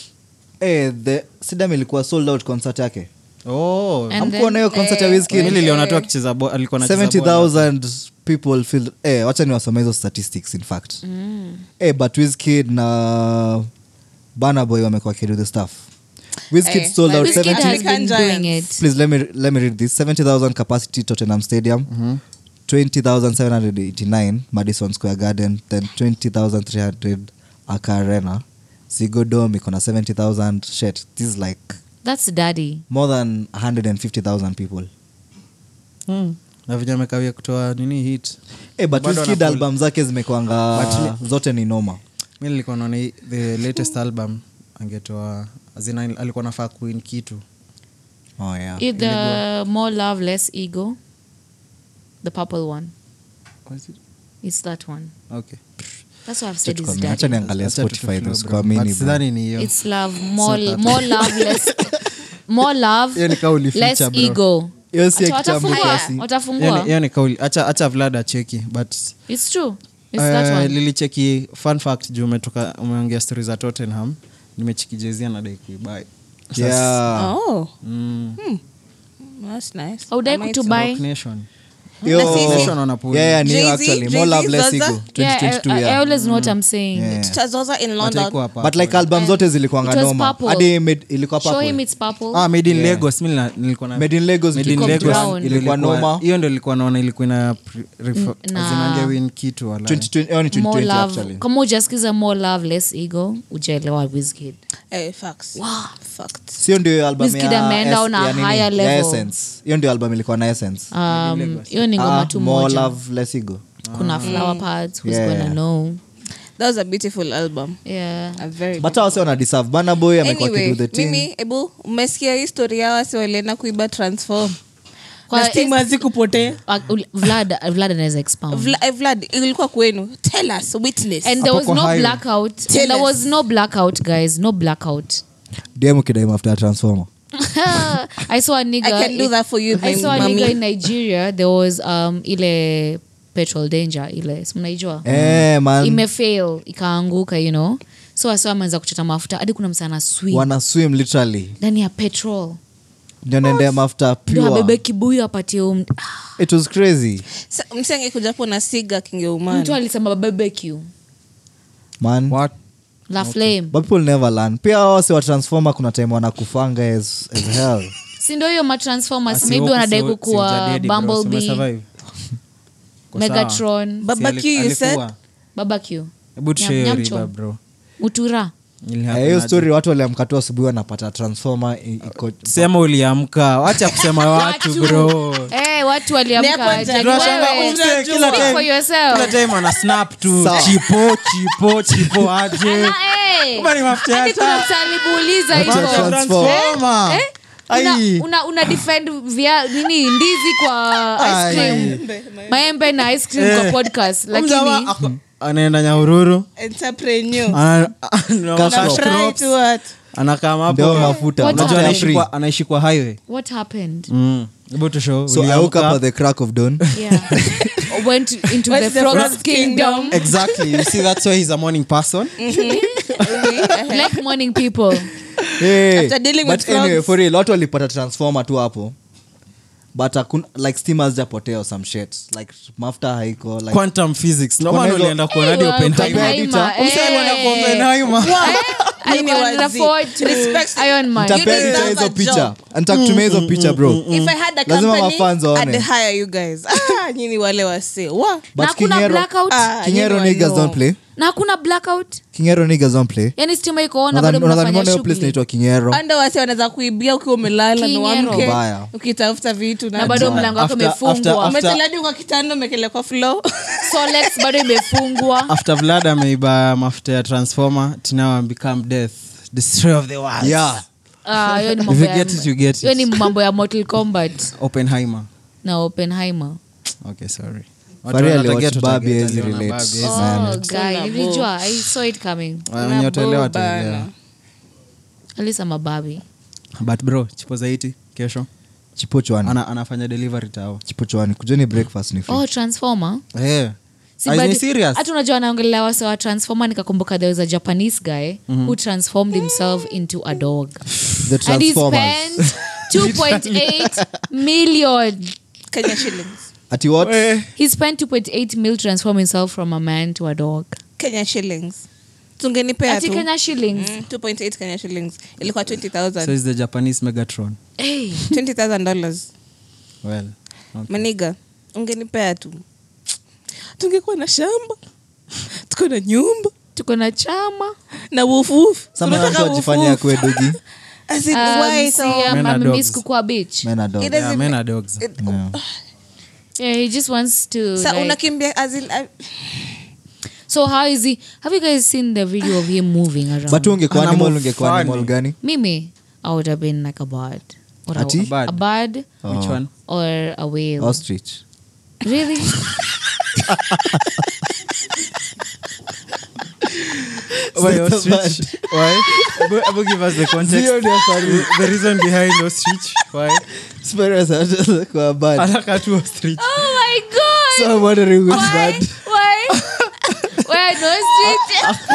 Speaker 2: Eh, the sidam ilikuwa sold out concert yake
Speaker 4: oh,
Speaker 3: And Eh,
Speaker 2: amkuona hiyo concert
Speaker 5: eh,
Speaker 2: ya
Speaker 4: mi
Speaker 2: Wizkid
Speaker 4: liliona tu akicheza bo- alikuwa anacheza bola.
Speaker 2: 70000 people filled eh wacha niwasome hizo statistics in fact
Speaker 5: Mm.
Speaker 2: eh but Wizkid na Burna Boy wamekuwa kidu the stuff Wizkid
Speaker 5: Eh,
Speaker 2: sold out
Speaker 5: Wizkid
Speaker 2: 70
Speaker 3: Wizkid has been
Speaker 5: American
Speaker 3: doing
Speaker 5: Giants.
Speaker 3: it
Speaker 2: please let me let me read this 70000 capacity Tottenham Stadium 20789 Madison Square Garden then 20300 Aka Arena Zigo Dome iko na 70000 shit this is like
Speaker 3: that's daddy
Speaker 2: more than 150000 people
Speaker 4: Hmm. na venye amekawia kutoa nini hit
Speaker 2: Eh, but
Speaker 4: Bado
Speaker 2: Wizkid
Speaker 4: anapul-
Speaker 2: album zake zimekwanga zote ni noma
Speaker 4: mi nilikuwa naona hii- the latest album angetoa azina alikuwa nafaa kuin kitu
Speaker 2: oh, yeah.
Speaker 3: either more love less ego the purple one it's that one
Speaker 4: okay
Speaker 3: that's what i've said is daddy
Speaker 2: acha niangalia
Speaker 4: Acha
Speaker 2: spotify
Speaker 4: tufikirie,
Speaker 2: though,
Speaker 4: bro.
Speaker 2: sikuamini
Speaker 4: But
Speaker 2: bro.
Speaker 4: sidhani ni hiyo
Speaker 3: It's love, more, more
Speaker 2: [LAUGHS]
Speaker 3: love, less, more love,
Speaker 4: Hiyo ni kauli
Speaker 3: less
Speaker 4: feature, bro.
Speaker 3: ego.
Speaker 2: Hiyo si ya
Speaker 3: Wata-
Speaker 2: kitambo
Speaker 3: watafungua,
Speaker 2: kiasi.
Speaker 3: watafungua.
Speaker 4: Hiyo ni Yaani- kauli acha, acha vlad acheki but
Speaker 3: It's true. It's
Speaker 4: eh,
Speaker 3: that one.
Speaker 4: lilicheki fun fact juu umetoka umeongea stori za tottenham nimechikijezia na dai kuibai
Speaker 2: Yeah.
Speaker 5: oh
Speaker 4: Mm.
Speaker 5: that's nice
Speaker 3: Haudai
Speaker 5: I might-
Speaker 3: kutubai.
Speaker 4: Roc Nation.
Speaker 2: Yo.
Speaker 4: Nation wanapuliza.
Speaker 2: Yeah, yeah, ni
Speaker 5: Jay-Z,
Speaker 2: actually more
Speaker 5: Jay-Z,
Speaker 2: love less
Speaker 5: Zaza.
Speaker 2: ego
Speaker 3: Yeah, I,
Speaker 2: 2022
Speaker 3: I- I
Speaker 2: yeah. Mm.
Speaker 3: always know what I'm saying.
Speaker 2: Yeah.
Speaker 5: tutazoza in
Speaker 4: Wataikuwa
Speaker 5: london
Speaker 4: hapa.
Speaker 2: but like album zote zilikuwa
Speaker 3: It was
Speaker 2: nganoma
Speaker 3: purple.
Speaker 2: hadi made- ilikuwa
Speaker 3: Show
Speaker 2: purple.
Speaker 3: him it's purple.
Speaker 4: Ah, made in Lagos, mi nila- nilikuwa na-
Speaker 2: Made in Lagos
Speaker 4: Made in
Speaker 2: ilikuwa
Speaker 4: Lagos
Speaker 3: brown.
Speaker 2: Ilikuwa noma.
Speaker 4: hiyo ndo ilikuwa naona ilikuwa ina pre- refer-
Speaker 3: na-
Speaker 4: zinangia win kitu wala.
Speaker 2: 2020 hiyo ni
Speaker 3: more
Speaker 2: 2020
Speaker 3: love.
Speaker 2: actually
Speaker 3: Kama ujaskiza more love, less ego, ujaelewa Wizkid.
Speaker 5: eh, facts facts
Speaker 2: sio ndio album
Speaker 3: Wizkid
Speaker 2: ya
Speaker 3: ameenda
Speaker 2: Es-
Speaker 3: on a
Speaker 2: ya nini?
Speaker 3: higher
Speaker 2: Ya
Speaker 3: level.
Speaker 2: Essence. hiyo ndio album ilikuwa na essence
Speaker 3: Um, hiyo ni ngoma
Speaker 2: Ah,
Speaker 3: tu
Speaker 2: more
Speaker 3: moja.
Speaker 2: love less ego
Speaker 3: Kuna flower parts, who's
Speaker 2: Yeah.
Speaker 3: gonna know.
Speaker 5: that was a beautiful album
Speaker 3: Yeah.
Speaker 5: a very
Speaker 2: but hao sio wana deserve Burna Boy amekuwa
Speaker 5: anyway
Speaker 2: kidu the thing
Speaker 5: mimi ebu umesikia hii story yao asi walienda kuiba transform
Speaker 3: Kwa-
Speaker 5: na stima hazikupotea
Speaker 3: Uh, Vlad, Vlad anaweza expound.
Speaker 5: Vla- eh, vlad ilikuwa kwenu tell us witness
Speaker 3: Oh. and there was
Speaker 4: Hapo
Speaker 3: no
Speaker 4: kwa highway.
Speaker 3: blackout
Speaker 5: Tell
Speaker 3: And there
Speaker 5: us.
Speaker 3: was no blackout guys no blackout [LAUGHS]
Speaker 2: dm kidaim after a transformer
Speaker 3: Mm. i saw a nigga
Speaker 5: I can do that for you
Speaker 3: i
Speaker 5: then,
Speaker 3: saw a
Speaker 5: mommy.
Speaker 3: nigga in nigeria there was um ile petrol danger ile simnaijua
Speaker 2: eh man
Speaker 3: imefail ikaanguka you know so wasi ameanza kuchota mafuta hadi kuna msana swim
Speaker 2: wana swim literally
Speaker 3: ndani ya petrol
Speaker 2: ndio naendea mafuta
Speaker 3: ndo abebe
Speaker 2: pure
Speaker 3: kibuyu apatie huyu md- Ah,
Speaker 2: it was crazy
Speaker 5: Sa- msi angekujapo na siga kingeumana
Speaker 3: mtu alisema babebq
Speaker 2: man
Speaker 4: What?
Speaker 3: la flame
Speaker 2: but people never learn pia wase wa transformer kuna time wanakufanga as, as
Speaker 4: [LAUGHS]
Speaker 2: hell
Speaker 3: sindo hiyo matransformers
Speaker 4: Asi
Speaker 3: maybe wanadai
Speaker 4: woku Ah, si- si
Speaker 3: kukuwa
Speaker 4: ujadedi, bro, si
Speaker 3: bumblebee [LAUGHS]
Speaker 4: umesurvive. Kwa sawa.
Speaker 3: megatron
Speaker 4: Si
Speaker 5: Baba
Speaker 4: ali-
Speaker 5: Q, you
Speaker 4: alikuwa.
Speaker 5: said?
Speaker 3: babaq
Speaker 4: Hebu tushare hiyo
Speaker 3: Nyamchom.
Speaker 4: riba, bro.
Speaker 3: mutura
Speaker 4: Ili
Speaker 2: Eh, hiyo
Speaker 4: happen
Speaker 2: story watu waliamka tu asubuhi wanapata transformer i- iko
Speaker 4: aje. sema uliamka wacha
Speaker 3: [LAUGHS]
Speaker 4: kusema watu bro
Speaker 3: Eh, watu waliamka
Speaker 5: Leopard
Speaker 3: aje.
Speaker 4: Tunashanga
Speaker 3: Wewe,
Speaker 4: umse,
Speaker 3: speak
Speaker 4: kila time-
Speaker 3: for yourself.
Speaker 4: kila time ana snap
Speaker 2: [LAUGHS]
Speaker 4: tu
Speaker 2: Sawa.
Speaker 4: chipo chipo chipo aje
Speaker 3: Ana, eh.
Speaker 4: Kumbe ni mafuta ya
Speaker 3: Hadi kuna
Speaker 4: taa.
Speaker 3: mtu alimuuliza hivyo.
Speaker 2: Mafuta ya
Speaker 4: Transformer.
Speaker 3: Eh?
Speaker 4: Ai.
Speaker 3: Una- una- una defend via nini ndizi kwa ice cream maembe na ice cream
Speaker 4: Eh.
Speaker 3: kwa podcast
Speaker 4: Mjamaa
Speaker 3: lakini Hmm.
Speaker 4: ako- anaenda nyahururu
Speaker 5: entrepreneur
Speaker 4: ana- ana-
Speaker 2: Cash
Speaker 5: na
Speaker 2: crop.
Speaker 5: fry
Speaker 3: [LAUGHS]
Speaker 5: to what
Speaker 4: anakama hapo.
Speaker 2: Ndio mafuta,
Speaker 3: What
Speaker 4: Unajua
Speaker 3: happened?
Speaker 4: anaishi kwa- anaishi kwa highway
Speaker 3: what happened
Speaker 4: Mm. Hebu tushow,
Speaker 2: so i
Speaker 4: uliamka.
Speaker 2: woke up at the crack of
Speaker 4: [LAUGHS]
Speaker 2: dawn
Speaker 3: yeah [LAUGHS] went into the
Speaker 5: What's the
Speaker 3: frog's
Speaker 5: frog's
Speaker 3: kingdom
Speaker 5: kingdom?
Speaker 3: Hmm.
Speaker 4: exactly you see that's why he's a morning person
Speaker 5: [LAUGHS]
Speaker 4: [LAUGHS]
Speaker 3: like morning people
Speaker 2: Hey,
Speaker 5: After dealing
Speaker 2: but
Speaker 5: with
Speaker 2: anyway,
Speaker 5: frogs.
Speaker 2: for real, watu walipata transformer tu hapo but hakuna- like stima hazijapotea or some shit like mafuta haiko like
Speaker 4: quantum physics
Speaker 2: Kuna hizo-
Speaker 4: nomalienda
Speaker 3: Hey,
Speaker 4: kuonadi
Speaker 3: wa Oppenheimer. Hey. eh? I
Speaker 5: Mimi
Speaker 3: can
Speaker 5: wazi.
Speaker 3: afford to
Speaker 5: Respect-
Speaker 3: Iron Man.
Speaker 5: Nitapea-
Speaker 2: Nitapea
Speaker 5: You
Speaker 2: hizo
Speaker 5: deserve
Speaker 2: hizo
Speaker 5: a
Speaker 2: picha
Speaker 5: job.
Speaker 2: nitakutumia hizo picha bro
Speaker 5: if i had a
Speaker 2: Mm. lazima
Speaker 5: company
Speaker 2: mafans waone.
Speaker 5: i'd hire you guys [LAUGHS] Ah, nyinyi wale wase wa
Speaker 3: na
Speaker 2: But
Speaker 3: hakuna
Speaker 2: Kingero-
Speaker 3: blackout
Speaker 5: Ah,
Speaker 2: Kingero
Speaker 5: you know,
Speaker 2: niggas
Speaker 5: no.
Speaker 2: don't play
Speaker 3: na hakuna blackout
Speaker 2: Kingero niggas don't play
Speaker 3: yani stima iko on na
Speaker 2: Unadhani-
Speaker 3: bado
Speaker 2: unadhani
Speaker 3: mnafanya
Speaker 2: mbona hiyo place
Speaker 3: shughuli
Speaker 2: inaitwa Kingero
Speaker 5: anda wase wanaweza kuibia ukiwa umelala na
Speaker 3: Kinyero.
Speaker 5: wamke
Speaker 2: Mbaya.
Speaker 5: ukitafuta vitu na
Speaker 3: na bado mlango wake
Speaker 4: After-
Speaker 3: umefungwa
Speaker 4: after-
Speaker 5: umeteladi kwa kitanda umekelekwa [LAUGHS] flo
Speaker 3: Solex [LAUGHS] bado imefungwa
Speaker 4: after vlad ameiba mafuta ya transformer tinawa become death destroy of the world
Speaker 2: yeah
Speaker 3: Ah, hiyo ni
Speaker 4: If
Speaker 3: mambo
Speaker 4: you
Speaker 3: ya-
Speaker 4: get it, you get it.
Speaker 3: hiyo ni mambo ya mortal kombat
Speaker 4: oppenheimer
Speaker 3: na oppenheimer
Speaker 4: okay sorry Watu
Speaker 2: Faria
Speaker 4: wanatagia
Speaker 2: aliwatch
Speaker 4: tu
Speaker 2: Barbie
Speaker 4: target,
Speaker 2: hawezi
Speaker 4: aliona
Speaker 2: relate.
Speaker 4: Barbie.
Speaker 2: Oh.
Speaker 3: oh,
Speaker 2: Man.
Speaker 3: guy, nilijua i saw it coming
Speaker 4: Ah, wenye wataelewa, wataelewa.
Speaker 3: at least i'm a barbie
Speaker 4: but bro chipo zaiti kesho
Speaker 2: chipochwani
Speaker 4: Ana, anafanya delivery tao
Speaker 2: chipochwani kujeni breakfast ni free
Speaker 3: oh transformer
Speaker 4: hey.
Speaker 3: Si
Speaker 4: Are you
Speaker 3: bad-
Speaker 4: serious?
Speaker 3: hata unajua anaongelea wase wa transformer nikakumbuka there was a japanese guy who transformed himself into a dog
Speaker 2: the
Speaker 3: and he
Speaker 2: transformers
Speaker 3: spent [LAUGHS] 2.8 million
Speaker 5: kenya shillings
Speaker 2: ati what
Speaker 3: he spent 2.8 mil transform himself from a man to a dog
Speaker 5: kenya shillings tungenipea
Speaker 3: ati
Speaker 5: tu
Speaker 3: kenya shillings
Speaker 5: Mm, 2.8 kenya shillings ilikuwa 20000
Speaker 4: so is the japanese megatron
Speaker 3: hey.
Speaker 5: 20000 dollars
Speaker 4: well okay.
Speaker 5: maniga ungenipea tu tungekuwa na shamba tuko na nyumba
Speaker 3: tuko na chama
Speaker 5: [LAUGHS] na wufuufu
Speaker 2: Somehow
Speaker 5: Tunataka
Speaker 2: mtu ajifanye
Speaker 5: wufuufu.
Speaker 2: akwe dogi
Speaker 5: [LAUGHS] As in,
Speaker 3: Um,
Speaker 5: why so-
Speaker 4: Men are
Speaker 3: amemiss
Speaker 4: dogs.
Speaker 3: kukua bitch
Speaker 2: men are
Speaker 5: It
Speaker 2: dogs
Speaker 5: doesn't-
Speaker 4: Yeah, men are dogs.
Speaker 5: it-
Speaker 3: yeah, he just wants to
Speaker 5: sa
Speaker 3: like,
Speaker 5: unakimbia as in, uh, [LAUGHS] I-
Speaker 3: so how is he have you guys seen the video of him moving around
Speaker 2: but ungekuwa
Speaker 4: Ana
Speaker 2: animal
Speaker 4: move
Speaker 2: ungekuwa
Speaker 4: funny.
Speaker 2: animal gani
Speaker 3: mimi i would have been like a bird or a,
Speaker 2: Ati?
Speaker 3: a bird.
Speaker 4: which
Speaker 2: Oh.
Speaker 4: [LAUGHS] one
Speaker 3: or a whale
Speaker 2: ostrich [LAUGHS]
Speaker 3: really
Speaker 4: Why
Speaker 2: It's not
Speaker 4: ostrich? Why? Abu- Abu, give us the context.
Speaker 2: Sio ndio funny.
Speaker 4: The reason behind ostrich. Why?
Speaker 2: Sparrows are [LAUGHS] just kwa bad.
Speaker 4: Anataka tu ostrich.
Speaker 3: oh my god
Speaker 2: So I'm wondering which
Speaker 3: why
Speaker 2: bad.
Speaker 3: why why no
Speaker 2: [LAUGHS]
Speaker 3: street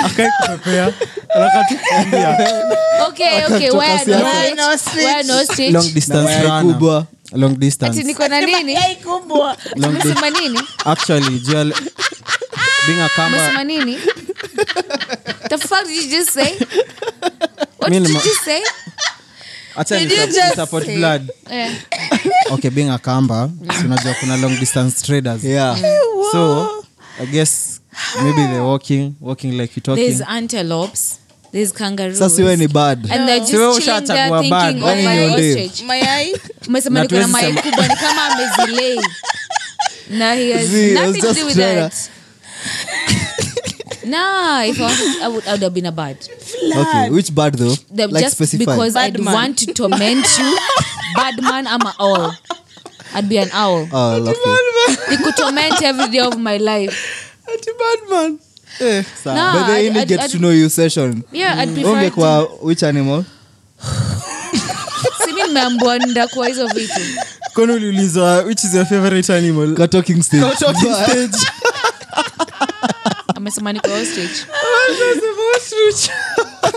Speaker 4: Akai kupepea. Anataka tu kukimbia.
Speaker 3: okay okay why
Speaker 2: kasi yake.
Speaker 3: no street why no street
Speaker 4: Long
Speaker 2: Na
Speaker 4: distance
Speaker 2: waya
Speaker 4: runner.
Speaker 2: kubwa.
Speaker 4: Long
Speaker 3: ati
Speaker 4: distance.
Speaker 3: niko
Speaker 5: [LAUGHS]
Speaker 3: na [LAUGHS] nini
Speaker 5: Yai
Speaker 2: [LAUGHS]
Speaker 5: kubwa
Speaker 4: Long di-
Speaker 3: umesema nini
Speaker 4: Actually, Joel, being
Speaker 3: umesema
Speaker 4: a kamba,
Speaker 2: [LAUGHS]
Speaker 3: nini the fuck did you just say what
Speaker 4: Mi
Speaker 3: did
Speaker 4: nima-
Speaker 3: you just
Speaker 2: [LAUGHS]
Speaker 3: say
Speaker 4: acha
Speaker 5: Did
Speaker 4: ni
Speaker 5: you
Speaker 4: sup-
Speaker 5: just
Speaker 4: support
Speaker 5: say-
Speaker 4: blood.
Speaker 3: Eh,
Speaker 4: Okay, being a kamba, si unajua kuna long distance traders.
Speaker 2: Yeah.
Speaker 4: So, I guess maybe they're walking, walking like you're talking.
Speaker 3: there's antelopes there's kangaroos
Speaker 2: Sasa wewe ni bad.
Speaker 3: and they're just
Speaker 4: Si wewe
Speaker 3: chilling there
Speaker 4: ushachagua
Speaker 3: thinking
Speaker 4: bad. Yaani
Speaker 3: of
Speaker 2: Wewe ni
Speaker 3: an
Speaker 2: ondee.
Speaker 3: ostrich.
Speaker 5: [LAUGHS] mayai
Speaker 3: umesema
Speaker 4: Na
Speaker 3: niko na
Speaker 4: tuwezi
Speaker 3: mayai
Speaker 4: sema-
Speaker 3: kubwa ni kama
Speaker 4: [LAUGHS]
Speaker 3: amezilei na he has
Speaker 2: See, I was
Speaker 3: nothing to
Speaker 2: just
Speaker 3: do with
Speaker 2: trying
Speaker 3: that Nah, if I wanted, I would, I would have been a bird.
Speaker 2: Okay, which bad though?
Speaker 3: The,
Speaker 2: Like
Speaker 3: just
Speaker 2: specify.
Speaker 3: because
Speaker 5: Bad
Speaker 3: I'd
Speaker 5: man.
Speaker 3: want to torment you, bad man, I'm an owl. I'd be an owl.
Speaker 2: Oh, lovely.
Speaker 3: They could torment every day of my life.
Speaker 4: [LAUGHS]
Speaker 2: Eh, sawa.
Speaker 3: Nah,
Speaker 2: But they
Speaker 3: I'd-
Speaker 2: only
Speaker 3: I'd-
Speaker 2: get
Speaker 3: I'd-
Speaker 2: to know you session.
Speaker 3: Yeah,
Speaker 4: Mm.
Speaker 3: I'd prefer. to-
Speaker 2: Ungekuwa which animal?
Speaker 3: Si mi nimeambiwa nitakuwa hizo vitu.
Speaker 4: kwani uliulizwa which is your favorite animal
Speaker 2: Kwa talking stage.
Speaker 4: [LAUGHS]
Speaker 3: Amesema niko ostrich.
Speaker 2: [LAUGHS]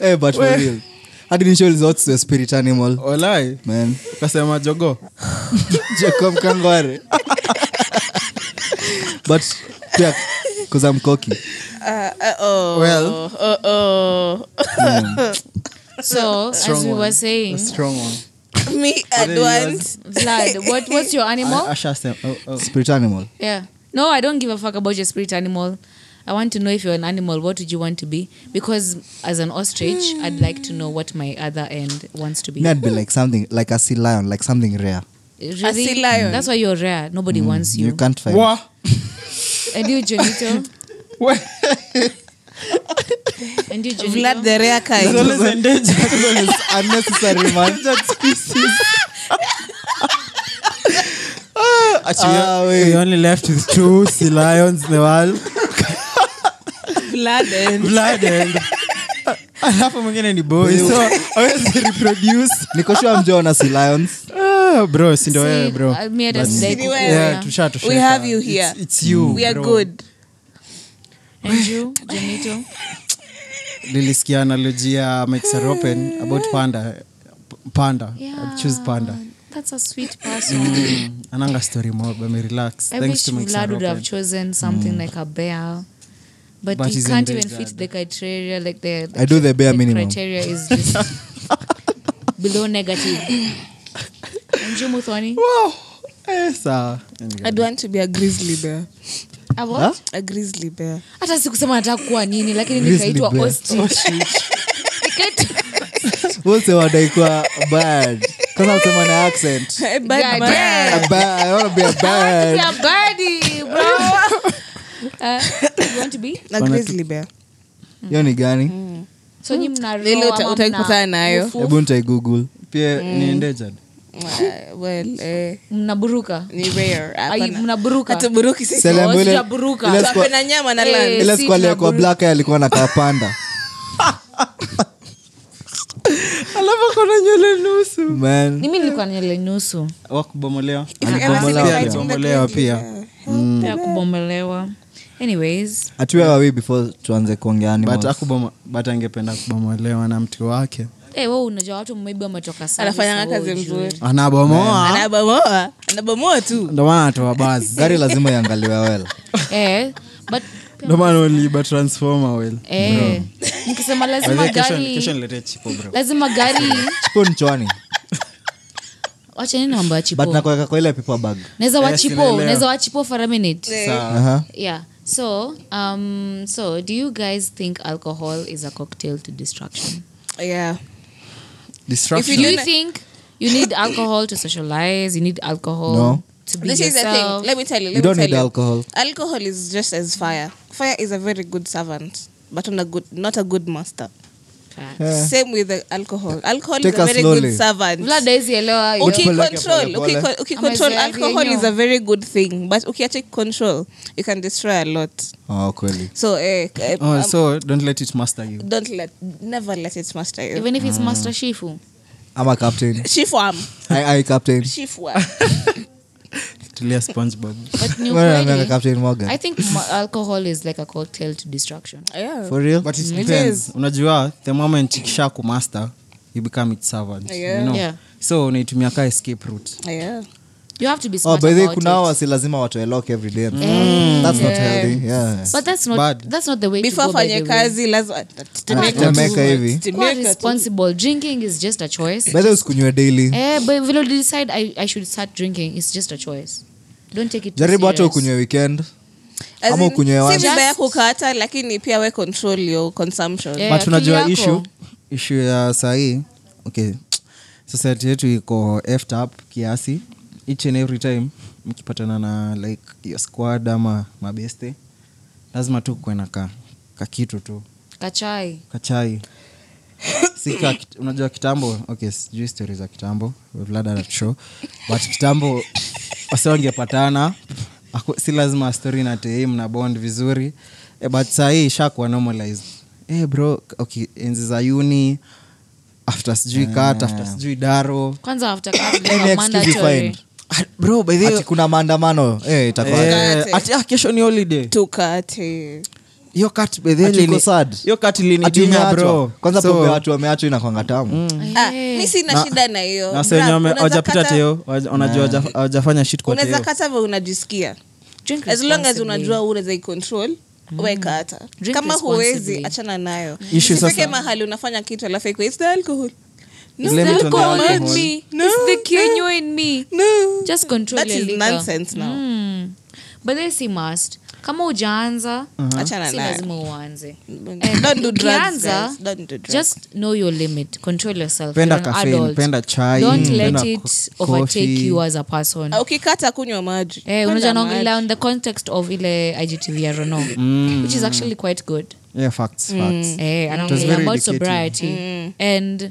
Speaker 2: Eh, but for real. Hadi nisho results to a spirit
Speaker 3: Oh.
Speaker 2: animal.
Speaker 4: walai
Speaker 2: Man.
Speaker 4: kasema jogo
Speaker 2: Jacob Kangware. But yeah, cuz I'm cocky.
Speaker 5: Uh, uh, oh,
Speaker 4: Well.
Speaker 5: uh, oh.
Speaker 3: So, as we were saying,
Speaker 5: me I'd
Speaker 4: then you
Speaker 5: want
Speaker 3: Vlad, what, what's
Speaker 4: [LAUGHS]
Speaker 3: your animal?
Speaker 4: oh,
Speaker 2: Spirit animal.
Speaker 3: Yeah. No, I don't give a fuck about your spirit animal. I want to know if you're an animal, what would you want to be? Because as an ostrich, I'd like to know what my other end wants to be.
Speaker 2: Me, I'd be like something like a sea lion, like something rare.
Speaker 3: really?
Speaker 5: A sea lion.
Speaker 3: That's why you're rare.
Speaker 4: Mm,
Speaker 3: Nobody wants
Speaker 2: You
Speaker 3: you.
Speaker 2: can't find.
Speaker 3: and you,
Speaker 5: [LAUGHS]
Speaker 3: Jonito. and you, Jonito.
Speaker 5: Vlad the rare kind. [LAUGHS]
Speaker 2: It's unnecessary, man. Ah, wait.
Speaker 4: we only left with [LAUGHS] two sea lions in the world
Speaker 5: Vlad and
Speaker 4: blood and alafu mwingine ni boy so awezi reproduce
Speaker 2: [LAUGHS] niko sure mjaona sea lions
Speaker 4: Ah, bro si ndio
Speaker 3: See,
Speaker 4: wewe bro
Speaker 3: uh, me, I don't
Speaker 5: But-
Speaker 3: like
Speaker 5: See, wewe.
Speaker 3: kukuona.
Speaker 4: Yeah, tusha- tusha-
Speaker 5: We have you here.
Speaker 4: It's- it's you
Speaker 5: we are
Speaker 4: bro.
Speaker 5: good.
Speaker 4: [LAUGHS]
Speaker 3: And you, Jonito.
Speaker 4: nilisikia analogy ya Mike Saropen about panda P- panda
Speaker 3: Yeah,
Speaker 4: I'd choose
Speaker 3: [COUGHS]
Speaker 4: panda
Speaker 3: That's a sweet person.
Speaker 4: Mm, ananga story mob amerelax
Speaker 3: I
Speaker 4: thanks
Speaker 3: wish
Speaker 4: to Mike
Speaker 3: Vlad would have
Speaker 4: Saropen
Speaker 3: chosen something like a bear. But,
Speaker 4: But
Speaker 3: he
Speaker 4: he's
Speaker 3: can't even
Speaker 4: endangered.
Speaker 3: fit the criteria. Like the, the
Speaker 2: I do the bare
Speaker 3: the
Speaker 2: minimum.
Speaker 3: criteria is just below negative. Mjui Muthoni?
Speaker 4: wow eh sawa
Speaker 5: I'd want to be a grizzly bear.
Speaker 3: Ah, what?
Speaker 5: A grizzly bear. [LAUGHS]
Speaker 3: Hata sikusema nataka kuwa nini, lakini
Speaker 2: Grizzly
Speaker 3: nikaitwa
Speaker 2: bear.
Speaker 3: ostrich. Nikaitwa-
Speaker 2: wose wadaikwa bad kwanza usema na accent
Speaker 5: A bad
Speaker 3: Yeah,
Speaker 5: man.
Speaker 3: damn.
Speaker 2: A bad- I wanna be a
Speaker 3: I
Speaker 2: bad
Speaker 3: want to be a birdie, bro. Uh, you want to be?
Speaker 5: A grizzly bear.
Speaker 2: hiyo ni gani
Speaker 3: So nyi mna
Speaker 5: Lilo
Speaker 3: roho
Speaker 5: uta-
Speaker 3: ama
Speaker 5: utaki
Speaker 3: mna
Speaker 5: kukutana nayo.
Speaker 3: ufu-
Speaker 2: hebu nitai google
Speaker 4: pia niendejad
Speaker 5: Uh, well, eh,
Speaker 3: mnaburuka
Speaker 5: ni rare.
Speaker 3: Ai,
Speaker 5: Hapana.
Speaker 3: mnaburuka
Speaker 5: Hatuburuki sisi.
Speaker 2: Sele- Selemu ile-
Speaker 3: Sijaburuka.
Speaker 2: ile
Speaker 5: Tuwape na nyama na
Speaker 3: Eh,
Speaker 5: land.
Speaker 2: ile
Speaker 3: si
Speaker 2: siku aliyekuwa
Speaker 3: tunaburu-
Speaker 2: black eye alikuwa na
Speaker 3: [LAUGHS]
Speaker 2: kapanda
Speaker 4: alafu kuna nywele nusu
Speaker 2: man
Speaker 3: mimi nilikuwa na nywele nusu
Speaker 4: wakubomolewa
Speaker 5: If you ever
Speaker 2: Alibomolewa
Speaker 5: see the
Speaker 2: pia.
Speaker 5: fight in the
Speaker 4: Alibomolewa
Speaker 5: grizzly
Speaker 4: pia.
Speaker 5: bear. Mm.
Speaker 3: ya kubomelewa anyways
Speaker 2: atuwe wawi before tuanze kuongea
Speaker 4: but
Speaker 2: animals.
Speaker 4: akuboma but angependa kubomolewa na mtu wake
Speaker 3: eh wewe unajua watu maybe wametoka sana
Speaker 5: Anafanyanga
Speaker 3: so
Speaker 5: kazi
Speaker 3: hujui.
Speaker 5: mzuri.
Speaker 2: Ah.
Speaker 4: anabomoa
Speaker 5: Anabomoa. Anabomoa tu.
Speaker 4: ndomaana atoa
Speaker 5: [LAUGHS]
Speaker 4: bazi
Speaker 2: gari lazima iangaliwe wela
Speaker 3: [LAUGHS] eh but
Speaker 4: ndomaana uliiba transformer wel
Speaker 2: Mm.
Speaker 3: eh nikisema lazima gari
Speaker 4: niletee chipo bro
Speaker 3: lazima gari
Speaker 2: chipo nchwani
Speaker 3: wacha nini mambo ya
Speaker 2: but Eh,
Speaker 3: chipo
Speaker 2: nakuweka kwa ile paper bag
Speaker 3: naweza
Speaker 4: Yes,
Speaker 3: wachipo
Speaker 4: naelewa.
Speaker 3: naweza wachipo for a minute
Speaker 2: Aha.
Speaker 3: yeah so um so do you guys think alcohol is a cocktail to distraction
Speaker 5: Yeah.
Speaker 3: do you think you need alcohol to socialize you need alcohol
Speaker 2: No.
Speaker 3: to be
Speaker 5: This is the
Speaker 3: yourself
Speaker 5: thing. Let me tell you. Let
Speaker 2: You don't
Speaker 5: me tell
Speaker 2: need
Speaker 5: you.
Speaker 2: alcohol.
Speaker 5: Alcohol is just as fire. Fire is a very good servant, but on a good, not a good master.
Speaker 3: Facts.
Speaker 2: Eh.
Speaker 5: Same with the alcohol. Alcohol
Speaker 2: Take
Speaker 5: is a
Speaker 2: us
Speaker 5: very
Speaker 2: slowly.
Speaker 5: good servant.
Speaker 3: Vlad hawezi elewa hiyo.
Speaker 5: Okay,
Speaker 2: Pole yake pole
Speaker 5: control. Okay,
Speaker 2: pole.
Speaker 5: con- okay, control.
Speaker 3: Amezoea
Speaker 5: Alcohol
Speaker 3: vienyo.
Speaker 5: is a very good thing, but okay, take control. You can destroy a lot.
Speaker 2: Oh, kweli
Speaker 5: So, eh, eh,
Speaker 4: oh,
Speaker 5: um,
Speaker 4: so don't let it master you
Speaker 5: don't let, never let it master you.
Speaker 3: even if it's master shifu
Speaker 2: ama captain
Speaker 5: Shifwam.
Speaker 2: ai ai captain
Speaker 3: [LAUGHS]
Speaker 5: Shifwam.
Speaker 4: tulia spongebob
Speaker 3: but ni
Speaker 2: Wewe unaambianga
Speaker 3: ukweli
Speaker 2: captain morgan
Speaker 3: i think ma- alcohol is like a cocktail to distraction
Speaker 5: Yeah.
Speaker 2: for real
Speaker 4: but it
Speaker 5: Mm. It
Speaker 4: depends
Speaker 5: is.
Speaker 4: unajua the moment ikisha kumaster you become its servant
Speaker 5: Yeah.
Speaker 4: you know
Speaker 3: Yeah.
Speaker 4: so unaitumia ka escape route
Speaker 5: Yeah.
Speaker 3: you have to be
Speaker 2: oh
Speaker 3: smart
Speaker 2: by the way
Speaker 3: about
Speaker 2: kuna
Speaker 3: it. Mm.
Speaker 2: hawa si lazima watoe lock every day that's not healthy yeah
Speaker 3: but that's not
Speaker 4: Bad.
Speaker 3: that's not the way
Speaker 5: Before
Speaker 3: to go by the
Speaker 5: fanye
Speaker 3: way.
Speaker 5: kazi, lazima tetemeka tu.
Speaker 2: Tetemeka hivi.
Speaker 3: Kuwa
Speaker 5: Tetemeka tu.
Speaker 3: responsible drinking is just a choice
Speaker 2: by the way usikunywe daily
Speaker 3: eh but vile uli decide I, i should start drinking it's just a choice don't take it too
Speaker 2: jaribu hata
Speaker 3: serious.
Speaker 2: ukunywe weekend
Speaker 5: As
Speaker 2: Ama
Speaker 5: in,
Speaker 2: ukunywe
Speaker 5: si
Speaker 2: one.
Speaker 5: vibaya
Speaker 3: Just-
Speaker 5: kukata lakini pia we control your consumption
Speaker 3: Yeah.
Speaker 4: but
Speaker 3: Eh, akili
Speaker 4: unajua
Speaker 3: yako.
Speaker 4: ishu ishu ya sahii okay society yetu iko effed up kiasi each and every time mkipatana na like your squad ama mabeste lazima tu kuwe na ka, ka kitu tu
Speaker 3: kachai [COUGHS]
Speaker 4: kachai si ka, kit- unajua kitambo okay sijui stori za kitambo vladaratro but kitambo wasiwangepatana aku- si lazima stori na tei mna bond vizuri eh, but sahii ishakuwa normalized eh bro okay enzi za uni after sijui kat after sijui daro
Speaker 3: kwanza
Speaker 2: [COUGHS]
Speaker 3: after
Speaker 2: Eh. any
Speaker 3: kabla
Speaker 2: excuse you
Speaker 3: mandatory
Speaker 2: find
Speaker 4: Ah, bro by the way,
Speaker 2: ati kuna maandamano eh itakuwa
Speaker 4: eh,
Speaker 5: Tukate.
Speaker 4: ati ah, kesho ni holiday
Speaker 5: tukate
Speaker 4: hiyo kat by the way
Speaker 2: ati uko
Speaker 4: lini-
Speaker 2: sad
Speaker 4: hiyo kat
Speaker 2: ati
Speaker 4: linijunya bro
Speaker 2: umeachwa kwanza
Speaker 4: So- Mm.
Speaker 2: pombe watu wameachwa inakwanga tamu
Speaker 5: Ah,
Speaker 3: Eh,
Speaker 5: mi sina shida na hiyo
Speaker 4: na senye wame-
Speaker 5: Unaweza
Speaker 4: hawajapita
Speaker 5: kata-
Speaker 4: teo hawaja- wanajua hawaja- hawajafanya shit kwa
Speaker 5: unaweza
Speaker 4: teo
Speaker 5: kata vile unajisikia
Speaker 3: Drink
Speaker 5: as long as
Speaker 3: responsibly. Mm.
Speaker 5: unajua unaweza icontrol weka hata
Speaker 3: Drink
Speaker 5: kama huwezi
Speaker 3: responsibly. Mm.
Speaker 5: achana nayo
Speaker 4: Issue
Speaker 5: Usifike
Speaker 4: sasa-
Speaker 5: mahali unafanya kitu alafu ikuwe, "It's the alcohol." No,
Speaker 4: Blame it on the
Speaker 3: Alcohol in
Speaker 4: alcohol.
Speaker 3: me. It's the Kenya in me.
Speaker 5: no.
Speaker 3: Just control
Speaker 5: That
Speaker 3: your
Speaker 5: is
Speaker 3: liquor.
Speaker 5: nonsense now.
Speaker 3: Mm. But they say must. Kama ujaanza,
Speaker 4: Uh-huh.
Speaker 5: Achana
Speaker 3: si
Speaker 5: nayo.
Speaker 3: lazima uanze.
Speaker 5: Don't
Speaker 3: And
Speaker 5: do drugs,
Speaker 3: ukianza,
Speaker 5: guys. Don't do drugs.
Speaker 3: Just know your limit. Control yourself.
Speaker 4: Penda
Speaker 3: You're an
Speaker 4: caffeine,
Speaker 3: adult.
Speaker 4: penda chai,
Speaker 3: Don't
Speaker 4: mm,
Speaker 3: let
Speaker 4: penda
Speaker 3: it
Speaker 4: co-
Speaker 3: overtake
Speaker 4: coffee.
Speaker 3: you as a person.
Speaker 5: Ah, ukikata kunywa maji
Speaker 3: Eh, unajua
Speaker 5: Kunywa
Speaker 3: naongelea on the context of ile IGTV ya Rono, which is actually quite good.
Speaker 4: Yeah, facts, facts.
Speaker 5: Mm.
Speaker 3: Eh,
Speaker 4: Mm. It was
Speaker 3: anaongelea
Speaker 4: very
Speaker 3: about
Speaker 4: educative.
Speaker 3: sobriety. And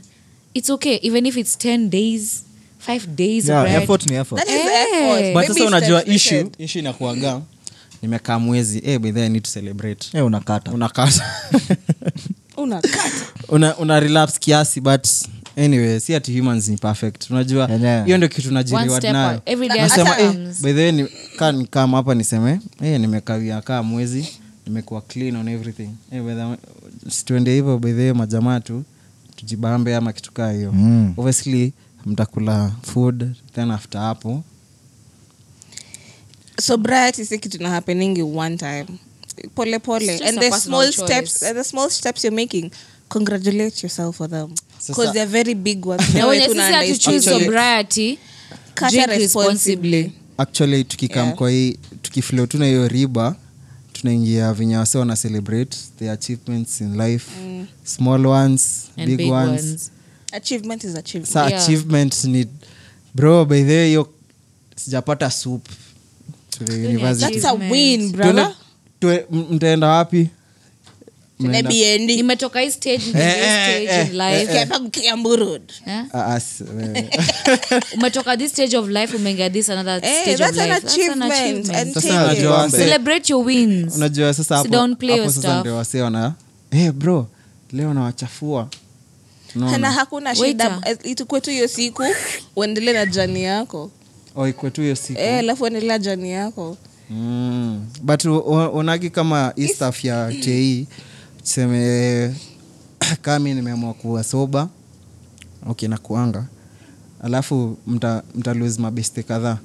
Speaker 3: it's okay even if it's 10 days, 5 days
Speaker 2: yeah
Speaker 3: sobriety.
Speaker 2: effort ni effort
Speaker 5: That is
Speaker 3: Eh.
Speaker 5: effort.
Speaker 3: But
Speaker 4: but
Speaker 5: Baby
Speaker 4: sasa
Speaker 5: steps
Speaker 4: unajua
Speaker 5: they
Speaker 4: issue
Speaker 5: said.
Speaker 4: issue inakuaga nimekaa mwezi eh, by the way, I need to celebrate
Speaker 2: eh unakata
Speaker 4: unakata
Speaker 2: [LAUGHS]
Speaker 5: Unakata.
Speaker 4: una, una relapse kiasi but anyway si ati humans ni perfect unajua
Speaker 2: Yeah.
Speaker 4: hiyo ndio kitu
Speaker 3: One
Speaker 4: najiriwa
Speaker 3: step
Speaker 4: nayo
Speaker 3: out. Every day
Speaker 4: Nasema,
Speaker 3: as it
Speaker 4: eh,
Speaker 3: comes.
Speaker 4: by the way, ni- ka nikam hapa niseme eh, nimekawia kaa mwezi nimekuwa clean on everything eh, by the way, situende hivyo bedhee majamaa tu tujibambe ama kitukaa hiyo
Speaker 2: Mm.
Speaker 4: obviously mtakula food then after hapo
Speaker 5: sobriety si kitu na happeningi one time pole pole
Speaker 3: It's just
Speaker 5: and
Speaker 3: a
Speaker 5: the
Speaker 3: personal
Speaker 5: small
Speaker 3: choice.
Speaker 5: steps and the small steps you're making congratulate yourself for them because
Speaker 4: Sasa-
Speaker 5: they're very big ones
Speaker 3: Na
Speaker 5: Wewe
Speaker 3: wenye
Speaker 5: tu una
Speaker 3: sisi hatuchue
Speaker 5: underestimate.
Speaker 3: sobriety
Speaker 5: Kata
Speaker 3: drink
Speaker 5: responsibly.
Speaker 3: responsibly
Speaker 4: actually tukikam
Speaker 5: Yeah.
Speaker 4: kwa hii tukiflow tuna hiyo riba tunaingia venye wase wana celebrate their achievements in life mm. small ones
Speaker 3: and
Speaker 4: big,
Speaker 3: big
Speaker 4: ones,
Speaker 3: ones.
Speaker 5: achievement is achievement
Speaker 4: sa
Speaker 3: Yeah.
Speaker 4: achievement ni bro by the way, hiyo sijapata soup to the university
Speaker 5: that's a win brother
Speaker 4: Tuende- tue- m- mtaenda wapi
Speaker 5: Tuende
Speaker 4: Mnaenda-
Speaker 5: BND.
Speaker 3: nimetoka hii stage into
Speaker 4: Eh,
Speaker 3: this
Speaker 4: eh,
Speaker 3: stage in life
Speaker 5: Ukienda Kiambu Road.
Speaker 3: Eh?
Speaker 4: Ah, ah, si-
Speaker 3: [LAUGHS]
Speaker 4: eh.
Speaker 3: umetoka this stage of life umeingia this another
Speaker 5: Eh,
Speaker 3: stage
Speaker 5: that's
Speaker 3: of
Speaker 5: an
Speaker 3: life That's an
Speaker 5: achievement
Speaker 3: achievement.
Speaker 5: and
Speaker 4: Sasa
Speaker 5: take it.
Speaker 4: unajua wase-
Speaker 3: celebrate your wins
Speaker 4: unajua sasa
Speaker 3: So
Speaker 4: hapo-
Speaker 3: don't play your
Speaker 4: hapo sasa
Speaker 3: stuff.
Speaker 4: ndio wase wana hey bro leo nawachafua Unaona?
Speaker 5: na hakuna shida
Speaker 3: Waiter.
Speaker 5: Eh, itukue tu hiyo siku uendelee na jani yako
Speaker 4: Oh, ikuwe tu hiyo siku
Speaker 5: Eh, alafu uendelea jani yako
Speaker 4: Mm. but u- u- unagi kama hii staff ya te tuseme [CLEARS THROAT] kami nimeamua kuwa soba okay nakuanga alafu mta, mta lose mabeste kadhaa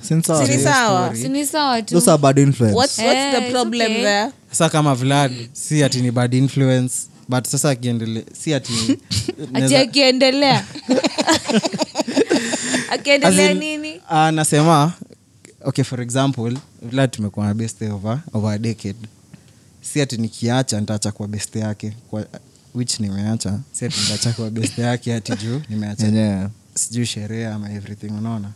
Speaker 2: Ah,
Speaker 5: Si ni sawa
Speaker 3: Si ni sawa tu
Speaker 2: those are bad influence
Speaker 5: what's,
Speaker 3: Eh,
Speaker 5: what's the
Speaker 3: it's
Speaker 5: problem
Speaker 3: okay.
Speaker 5: there
Speaker 4: sasa kama vlad si ati ni bad influence but sasa akiendele si ati
Speaker 3: ati
Speaker 4: neza- [LAUGHS]
Speaker 3: akiendelea
Speaker 4: As
Speaker 3: akiendelea
Speaker 4: in,
Speaker 3: nini
Speaker 4: ah, nasema okay for example vlad tumekuwa na beste over, over a decade si ati nikiacha nitaacha kwa beste yake kwa, which nimeacha si ati nitaacha kwa beste yake ati juu nimeacha
Speaker 2: Yenyewe.
Speaker 4: sijui sherehe ama everything unaona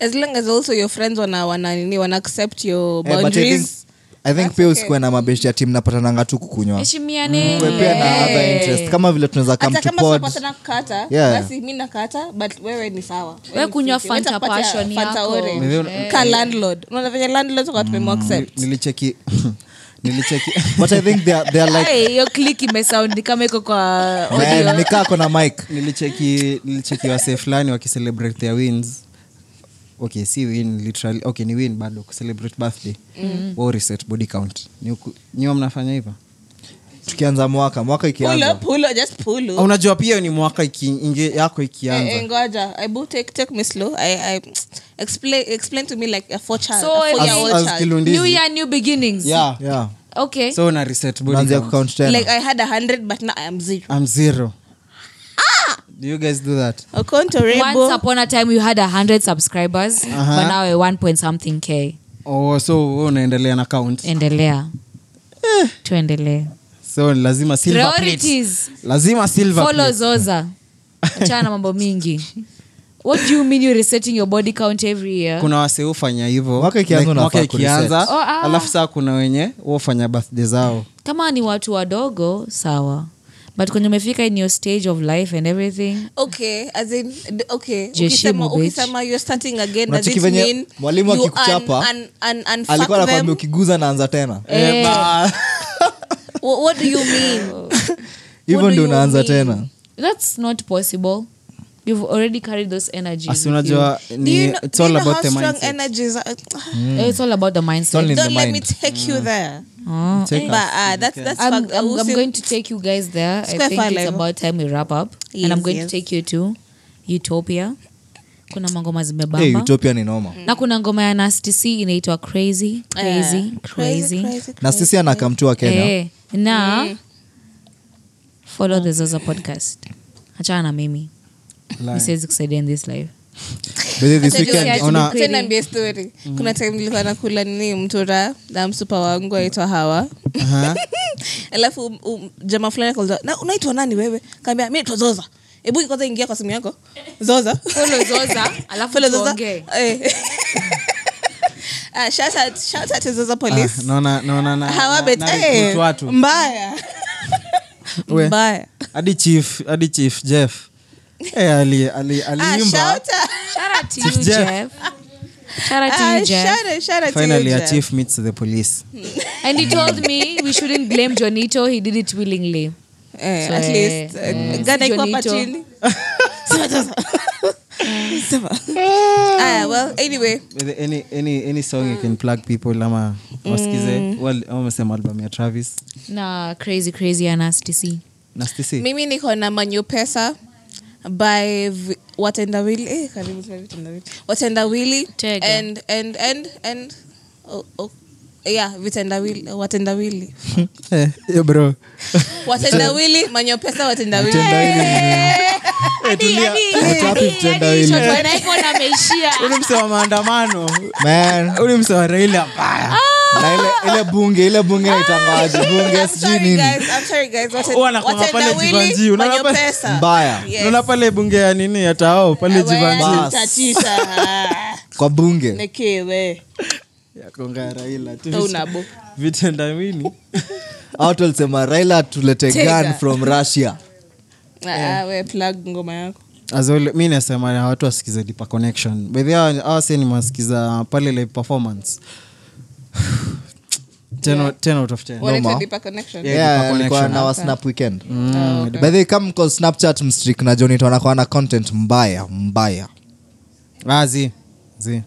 Speaker 5: as long as also your friends wana wana nini wana accept your
Speaker 2: Eh, but I think-
Speaker 5: boundaries
Speaker 2: i think pia usikuwe na mabeshti ya timu napatananga tu kukunywa
Speaker 4: Mm.
Speaker 3: heshimianeni
Speaker 2: Kuwe pia na other interest kama vile tunaweza come
Speaker 5: hata
Speaker 2: to
Speaker 5: kama
Speaker 2: pod
Speaker 5: sipatana kukata
Speaker 2: Yeah.
Speaker 5: basi mi nakata but wewe ni sawa
Speaker 3: Wewe kunywa
Speaker 5: ni fiti.
Speaker 3: Fanta
Speaker 5: Wacha kupatia
Speaker 3: passion
Speaker 5: Fanta
Speaker 3: yako. Eh.
Speaker 5: orange.
Speaker 4: Maybe-
Speaker 5: Ka landlord unaona venye landlord kwa
Speaker 2: Mm.
Speaker 5: tumemwaccept
Speaker 4: nilicheki [LAUGHS] nilicheki
Speaker 2: but i think they are, they are like
Speaker 3: Hey, hiyo click imesaundi kama iko kwa audio.
Speaker 2: man nikaa kona mike
Speaker 4: nilicheki nilicheki wasee fulani wakicelebrate their wins okay si win literally okay ni win bado kucelebrate birthday mm. wao reset body count Ni huku- nyiwa mnafanya hivyo
Speaker 2: tukianza mwaka mwaka
Speaker 5: pull
Speaker 2: ikianza
Speaker 5: up pull up just pull
Speaker 4: Ah,
Speaker 5: up
Speaker 4: unajua pia ni mwaka iki, inge, yako
Speaker 5: Eh, eh,
Speaker 4: ikianza
Speaker 5: ngoja ibu take take me slow i i explain explain to me like a four child
Speaker 3: So,
Speaker 5: a four
Speaker 3: as-
Speaker 5: year
Speaker 4: as
Speaker 5: old child
Speaker 4: kilundizi
Speaker 3: new year new beginnings
Speaker 4: yeah.
Speaker 2: yeah
Speaker 3: okay
Speaker 4: so una reset body
Speaker 2: tunaanzia
Speaker 4: count.
Speaker 2: kucount tena
Speaker 5: like i had a hundred but now i am zero
Speaker 4: i'm zero do you guys do that
Speaker 3: once
Speaker 5: Accountable.
Speaker 3: upon a time you had 100 subscribers
Speaker 4: Aha.
Speaker 3: but now you're 1 point something k
Speaker 4: oh, so wewe unaendelea na count
Speaker 5: Eh.
Speaker 3: endelea
Speaker 4: Eh.
Speaker 3: tuendelee
Speaker 4: so lazima silver plate.
Speaker 3: priorities
Speaker 4: lazima silver
Speaker 3: follow
Speaker 4: plate.
Speaker 3: zoza achana na mambo mingi what do you mean you're resetting your body count every year
Speaker 4: kuna wase hufanya hivo
Speaker 2: Mwaka ikianza
Speaker 4: mwaka
Speaker 2: unafaa kureset.
Speaker 4: ikianza
Speaker 3: Oh, ah.
Speaker 4: alafu saa kuna wenye wafanya birthday zao
Speaker 3: kama ni watu wadogo sawa but kwenye umefika in your stage of life and everything
Speaker 5: Okay, as in, d- okay.
Speaker 3: Jiheshimu,
Speaker 5: Ukisema-
Speaker 3: bitch.
Speaker 5: ukisema you're starting again, does
Speaker 2: Unachiki
Speaker 5: it
Speaker 2: venye
Speaker 5: mean
Speaker 2: mwalimu
Speaker 5: you
Speaker 2: akikuchapa,
Speaker 5: un- un- un- unfuck
Speaker 2: alikuwa
Speaker 5: them?
Speaker 2: anakwambia ukiguza naanza tena
Speaker 3: Eh.
Speaker 5: Wha- what do you mean?
Speaker 2: hivyo
Speaker 5: What
Speaker 2: ndio
Speaker 5: do you
Speaker 2: unaanza
Speaker 5: mean?
Speaker 2: tena
Speaker 3: that's not possible you've already carried those energies
Speaker 4: Asi
Speaker 3: with
Speaker 4: unajua
Speaker 5: Do you
Speaker 4: ni
Speaker 5: know,
Speaker 4: it's
Speaker 5: do you
Speaker 4: all
Speaker 5: know
Speaker 4: about
Speaker 5: how
Speaker 4: the
Speaker 5: strong
Speaker 4: mindset
Speaker 5: energies are?
Speaker 3: you.
Speaker 4: mm.
Speaker 3: it's all about the mindset
Speaker 2: only in the
Speaker 5: Don't let me
Speaker 2: mind.
Speaker 5: take you there.
Speaker 3: Oh.
Speaker 5: But uh, that's that's
Speaker 3: I'm,
Speaker 5: fucked. I
Speaker 3: I'm,
Speaker 5: will
Speaker 3: I'm
Speaker 5: say-
Speaker 3: going to take you guys there. I
Speaker 5: Square
Speaker 3: think it's
Speaker 5: File.
Speaker 3: about time we wrap up. and I'm
Speaker 5: Yes,
Speaker 3: going
Speaker 5: yes.
Speaker 3: to take you to Utopia. Kuna mangoma zimebamba.
Speaker 2: hey, utopia ni noma
Speaker 3: na kuna ngoma ya Nasty C inaitwa Crazy, Eh. Crazy,
Speaker 5: Yeah.
Speaker 3: Crazy.
Speaker 5: crazy,
Speaker 2: na sisi anakamtua kenya
Speaker 3: Eh, na follow the Zoza podcast. Achana na mimi.
Speaker 4: Lie.
Speaker 3: Mi siwezi kusaidia in this life.
Speaker 2: By the way, this
Speaker 5: Hata juu
Speaker 2: weekend
Speaker 5: ya-
Speaker 4: ona-
Speaker 5: Tena niambie story kuna time nilikuwa nakula nini mtura na msupa wangu aitwa hawa [LAUGHS] alafu um- um, jamaa fulani akauliza, "Na- unaitwa nani wewe kaambia mi naitwa zoza hebu kwanza ingia kwa simu yako zoza
Speaker 3: Follow Zoza, alafu
Speaker 5: Follow Zoza.
Speaker 3: tuongee.
Speaker 5: Eh. [LAUGHS] Ah, shout out- shout out to Zoza police.
Speaker 4: ah, naona naona na-
Speaker 5: Hawa
Speaker 4: na-
Speaker 5: bet-
Speaker 4: na
Speaker 5: eh,
Speaker 4: recruit watu
Speaker 5: mbaya
Speaker 4: We.
Speaker 5: mbaya
Speaker 4: hadi chief hadi chief jeff Eh, ali- ali-
Speaker 5: Ah,
Speaker 4: aliimba
Speaker 5: shout out-
Speaker 3: Shout out to you,
Speaker 4: Jeff.
Speaker 3: Jeff. Shout out to
Speaker 5: ah,
Speaker 3: you, Jeff.
Speaker 5: shout out- shout out to you,
Speaker 4: finally a
Speaker 5: Jeff.
Speaker 4: chief meets the police
Speaker 3: And he told me we shouldn't blame Jonito. He did it willingly.
Speaker 5: Eh,
Speaker 3: So,
Speaker 5: at
Speaker 3: eh,
Speaker 5: least, eh,
Speaker 3: eh,
Speaker 5: Ghana iko
Speaker 3: [LAUGHS]
Speaker 5: hapa
Speaker 3: Jonito.
Speaker 5: chini. Ah, well, anyway.
Speaker 4: With any, any, any song you can plug people ama
Speaker 5: Mm.
Speaker 4: wasikize well, amesema album ya travis
Speaker 3: na crazy crazy ya nasty c
Speaker 4: nastisi
Speaker 5: mimi niko na manyo pesa by v- watenda wili eh, karibu tuna vitenda wili watenda wili
Speaker 3: Tega.
Speaker 5: and and and and oh, oh, yeah vitenda wili watenda wili
Speaker 4: [LAUGHS] Eh, yo bro
Speaker 5: watenda wili manyo pesa watenda wili
Speaker 4: Vitenda wili.
Speaker 5: Eh,
Speaker 2: eh,
Speaker 4: Ule mse wa maandamano
Speaker 2: man
Speaker 4: ule mse wa raila
Speaker 5: Ah,
Speaker 4: mbaya
Speaker 2: na ile, ile bunge ile bunge naitangaje bunge
Speaker 5: I'm
Speaker 2: sijui
Speaker 5: sorry,
Speaker 2: nini
Speaker 5: guys. I'm sorry, guys. Waten-
Speaker 4: Huwa anakuanga
Speaker 5: watenda
Speaker 4: pale
Speaker 5: wili,
Speaker 4: Jivanjii. Unaona
Speaker 5: manyo
Speaker 4: pale-
Speaker 5: pesa.
Speaker 2: mbaya
Speaker 5: Yes.
Speaker 4: unaona pale bunge ya nini ya tao pale
Speaker 5: Wewe
Speaker 4: jivanji
Speaker 2: Bas.
Speaker 5: nitatisha. [LAUGHS] Ah,
Speaker 2: kwa bunge
Speaker 5: nikiwe.
Speaker 4: yakonga raila tu
Speaker 5: Unabo.
Speaker 4: vitendamini
Speaker 2: watu walisema raila tulete
Speaker 5: Tega.
Speaker 2: gun from russia
Speaker 5: Ah, we plug ngoma yako
Speaker 4: azol mi nasema na watu wasikize dipa connection bedhi awaseni masikiza pale live performance [SIGHS] ten o- ten out of ten.
Speaker 5: Wanaitwa Deeper Connection.
Speaker 4: Yeah,
Speaker 2: yeah
Speaker 4: Deeper
Speaker 2: nilikuwa
Speaker 4: Connection.
Speaker 2: na
Speaker 4: Mm,
Speaker 2: wasnap weekend by the way come kwa snapchat mstrik na joni tuanakuwa na content mbaya mbaya
Speaker 4: Ah, zi zi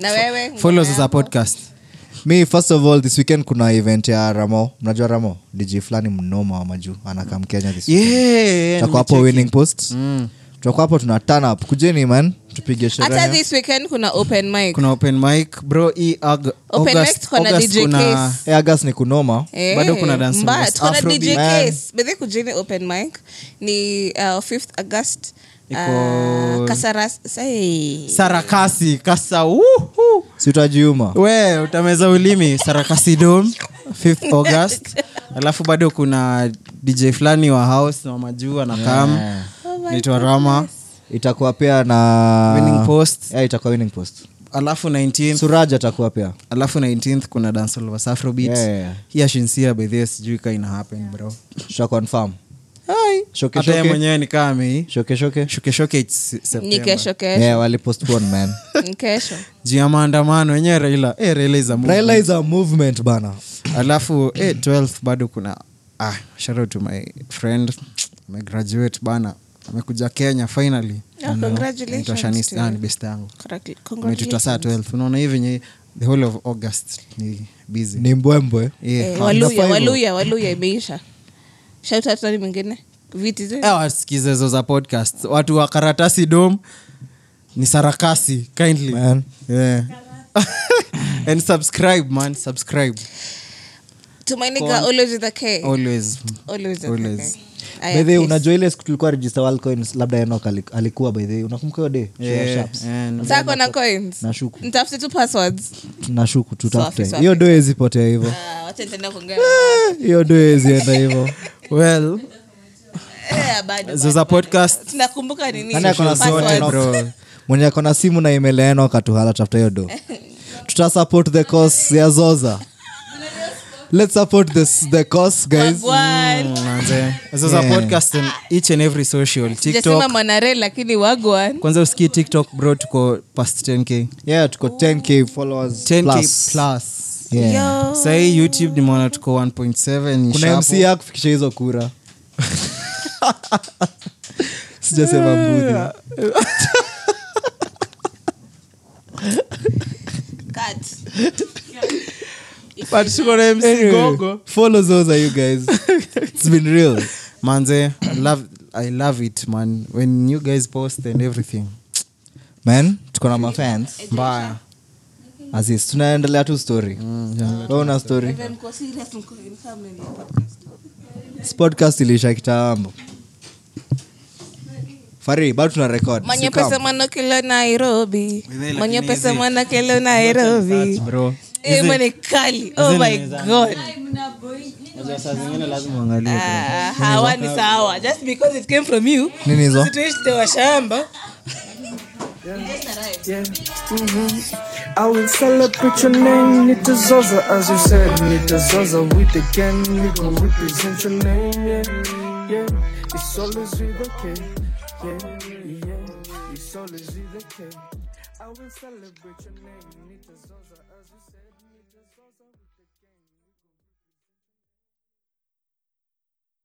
Speaker 5: na wewe ngoma
Speaker 4: follow sasa
Speaker 5: yako.
Speaker 4: podcast
Speaker 2: mi first of all this weekend kuna event ya ramo mnajua ramo dj fulani mnoma wa majuu anakam kenya this weekend. tutakuwa hapo winning post
Speaker 4: Mm.
Speaker 2: tutakuwa hapo tuna turn up kujeni man tupige
Speaker 5: hata
Speaker 2: sherehe
Speaker 5: this weekend kuna open mic
Speaker 4: kuna open mic bro hii ag-
Speaker 5: Open
Speaker 4: August-
Speaker 5: mic, tuko na
Speaker 4: August
Speaker 5: DJ
Speaker 4: kuna-
Speaker 5: Case.
Speaker 2: Eh, agas ni kunoma
Speaker 5: Eh,
Speaker 4: bado kuna dance
Speaker 5: mbaya.
Speaker 4: moves,
Speaker 5: Tuko na
Speaker 4: Afrobeat.
Speaker 5: DJ
Speaker 2: Man.
Speaker 5: Case. By the way, kujeni open mic ni uh, 5th august uh,
Speaker 4: Iko-
Speaker 5: Kasaras- say.
Speaker 4: sarakasi kasa uhu.
Speaker 2: si utajiuma
Speaker 4: we utameza ulimi sarakasi dom 5
Speaker 5: [LAUGHS]
Speaker 4: august alafu bado kuna dj fulani wa house na wa majuu anakam yeah.
Speaker 5: Oh
Speaker 4: naitwa rama
Speaker 2: itakuwa pia na
Speaker 4: Winning post.
Speaker 2: yeah, itakuwa winning post
Speaker 4: alafu 19th
Speaker 2: suraj atakuwa pia
Speaker 4: alafu 19th kuna dansolovers afrobeat
Speaker 2: Yeah, yeah.
Speaker 4: hiya shinsia bedhie sijui ka ina happen bro
Speaker 2: tuta confirm Shoke,
Speaker 4: hata ye
Speaker 2: shoke.
Speaker 4: mwenyewe nikaa amei
Speaker 2: shoke shoke
Speaker 4: shukeshoke it's
Speaker 5: ni
Speaker 4: September.
Speaker 5: kesho kesho
Speaker 2: yeah, walipostpone man
Speaker 5: Ni kesho
Speaker 4: juu ya maandamano yenyewe raila eh, raila is a movement.
Speaker 2: raila is a movement bana
Speaker 4: alafu eh, 12 bado kuna ah, shout out to my friend amegraduate bana amekuja kenya finally
Speaker 5: Oh,
Speaker 4: Ano,
Speaker 5: congratulations
Speaker 4: anaitwa Shanice
Speaker 5: to you.
Speaker 4: Dan, best yangu
Speaker 5: Correctly.
Speaker 4: ametuta saa 12 unaona hivi nye the whole of august ni busy
Speaker 2: ni mbwembwe
Speaker 4: Yeah.
Speaker 5: Eh,
Speaker 4: Ah,
Speaker 5: waluya
Speaker 4: nafaa hivyo.
Speaker 5: waluya waluya imeisha shautat nani mwingine viti zi-
Speaker 4: Eh, wasikize hizo za podcast watu wa karatasi dom ni sarakasi kindly
Speaker 2: Man.
Speaker 4: Yeah. [LAUGHS] and subscribe man subscribe
Speaker 5: tumaini ga always with a
Speaker 4: Oh,
Speaker 5: K.
Speaker 4: always
Speaker 5: Always with a
Speaker 4: Always.
Speaker 5: K. Aya,
Speaker 2: by the way,
Speaker 5: please.
Speaker 2: unajua ile siku tulikuwa register walcoins labda enok alikuwa by the way unakumbuka hiyo day Sure,
Speaker 4: Yeah,
Speaker 2: sharps.
Speaker 4: and-
Speaker 5: Sako na coins
Speaker 2: Nashuku.
Speaker 5: Nitafute tu passwords
Speaker 2: tunashuku tutafute
Speaker 5: Safi,
Speaker 2: hiyo do ezipotea hivo
Speaker 5: Ah, wacha nitaenda kuongea [LAUGHS]
Speaker 2: Eh, hiyo do ezienda
Speaker 4: [LAUGHS]
Speaker 2: hivo
Speaker 4: well
Speaker 5: Eh, bado,
Speaker 4: hizo
Speaker 5: bado.
Speaker 4: za podcast
Speaker 5: tunakumbuka nini?
Speaker 2: Nani ako na simu
Speaker 5: Passwords.
Speaker 2: na enoch? mwenye akona simu na email ya enoch atuhala tafuta hiyo do tuta support the cause ya zoza let's support this, the cause guys
Speaker 5: Wagwan.
Speaker 2: Mm.
Speaker 4: manze hizo za
Speaker 2: Yeah.
Speaker 4: podcast and each and every social
Speaker 5: Sijasema
Speaker 4: tiktok
Speaker 5: Monterey, lakini wagwan
Speaker 4: kwanza usikii tiktok bro tuko past 10k
Speaker 2: yeah tuko 10k followers
Speaker 4: 10k
Speaker 2: plus.
Speaker 4: plus,
Speaker 2: Yeah.
Speaker 5: Yo.
Speaker 4: sahii youtube nimeona tuko 1.7 ni
Speaker 2: kuna
Speaker 4: sharp.
Speaker 2: mc ya kufikisha hizo kura sijasema mbudhi
Speaker 5: Cut.
Speaker 4: But tuko na MC Gogo.
Speaker 2: follow zoza you guys it's been real
Speaker 4: manze I love, i love it man when you guys post and everything
Speaker 2: man tuko na mafans
Speaker 4: mbaya
Speaker 2: asis tunaendelea tu story Wewe una story This podcast iliisha kitambo fari bado tuna record
Speaker 5: Mwenye
Speaker 2: si
Speaker 5: pesa
Speaker 2: kama.
Speaker 5: mwana kilo nairobi
Speaker 4: Wewe,
Speaker 5: mwenye
Speaker 4: lakini
Speaker 5: pesa
Speaker 4: hizi-
Speaker 5: mwana kilo nairobi
Speaker 4: bro
Speaker 5: Eh, mwenye kali oh my god
Speaker 4: saa zingine lazima uangalie
Speaker 5: Ah, hawa ni sawa just because it came from you
Speaker 2: nini hizo
Speaker 5: situation ya washamba
Speaker 1: Yeah. Mm-hmm. I will celebrate your name, Nita Zaza, as you said, Nita Zaza. With the gang, we gon' represent your name. Yeah, yeah. It's always with a K. Yeah, yeah. It's always with a K. I will celebrate your name, Nita Zaza, as you said, Nita Zaza. with the gang.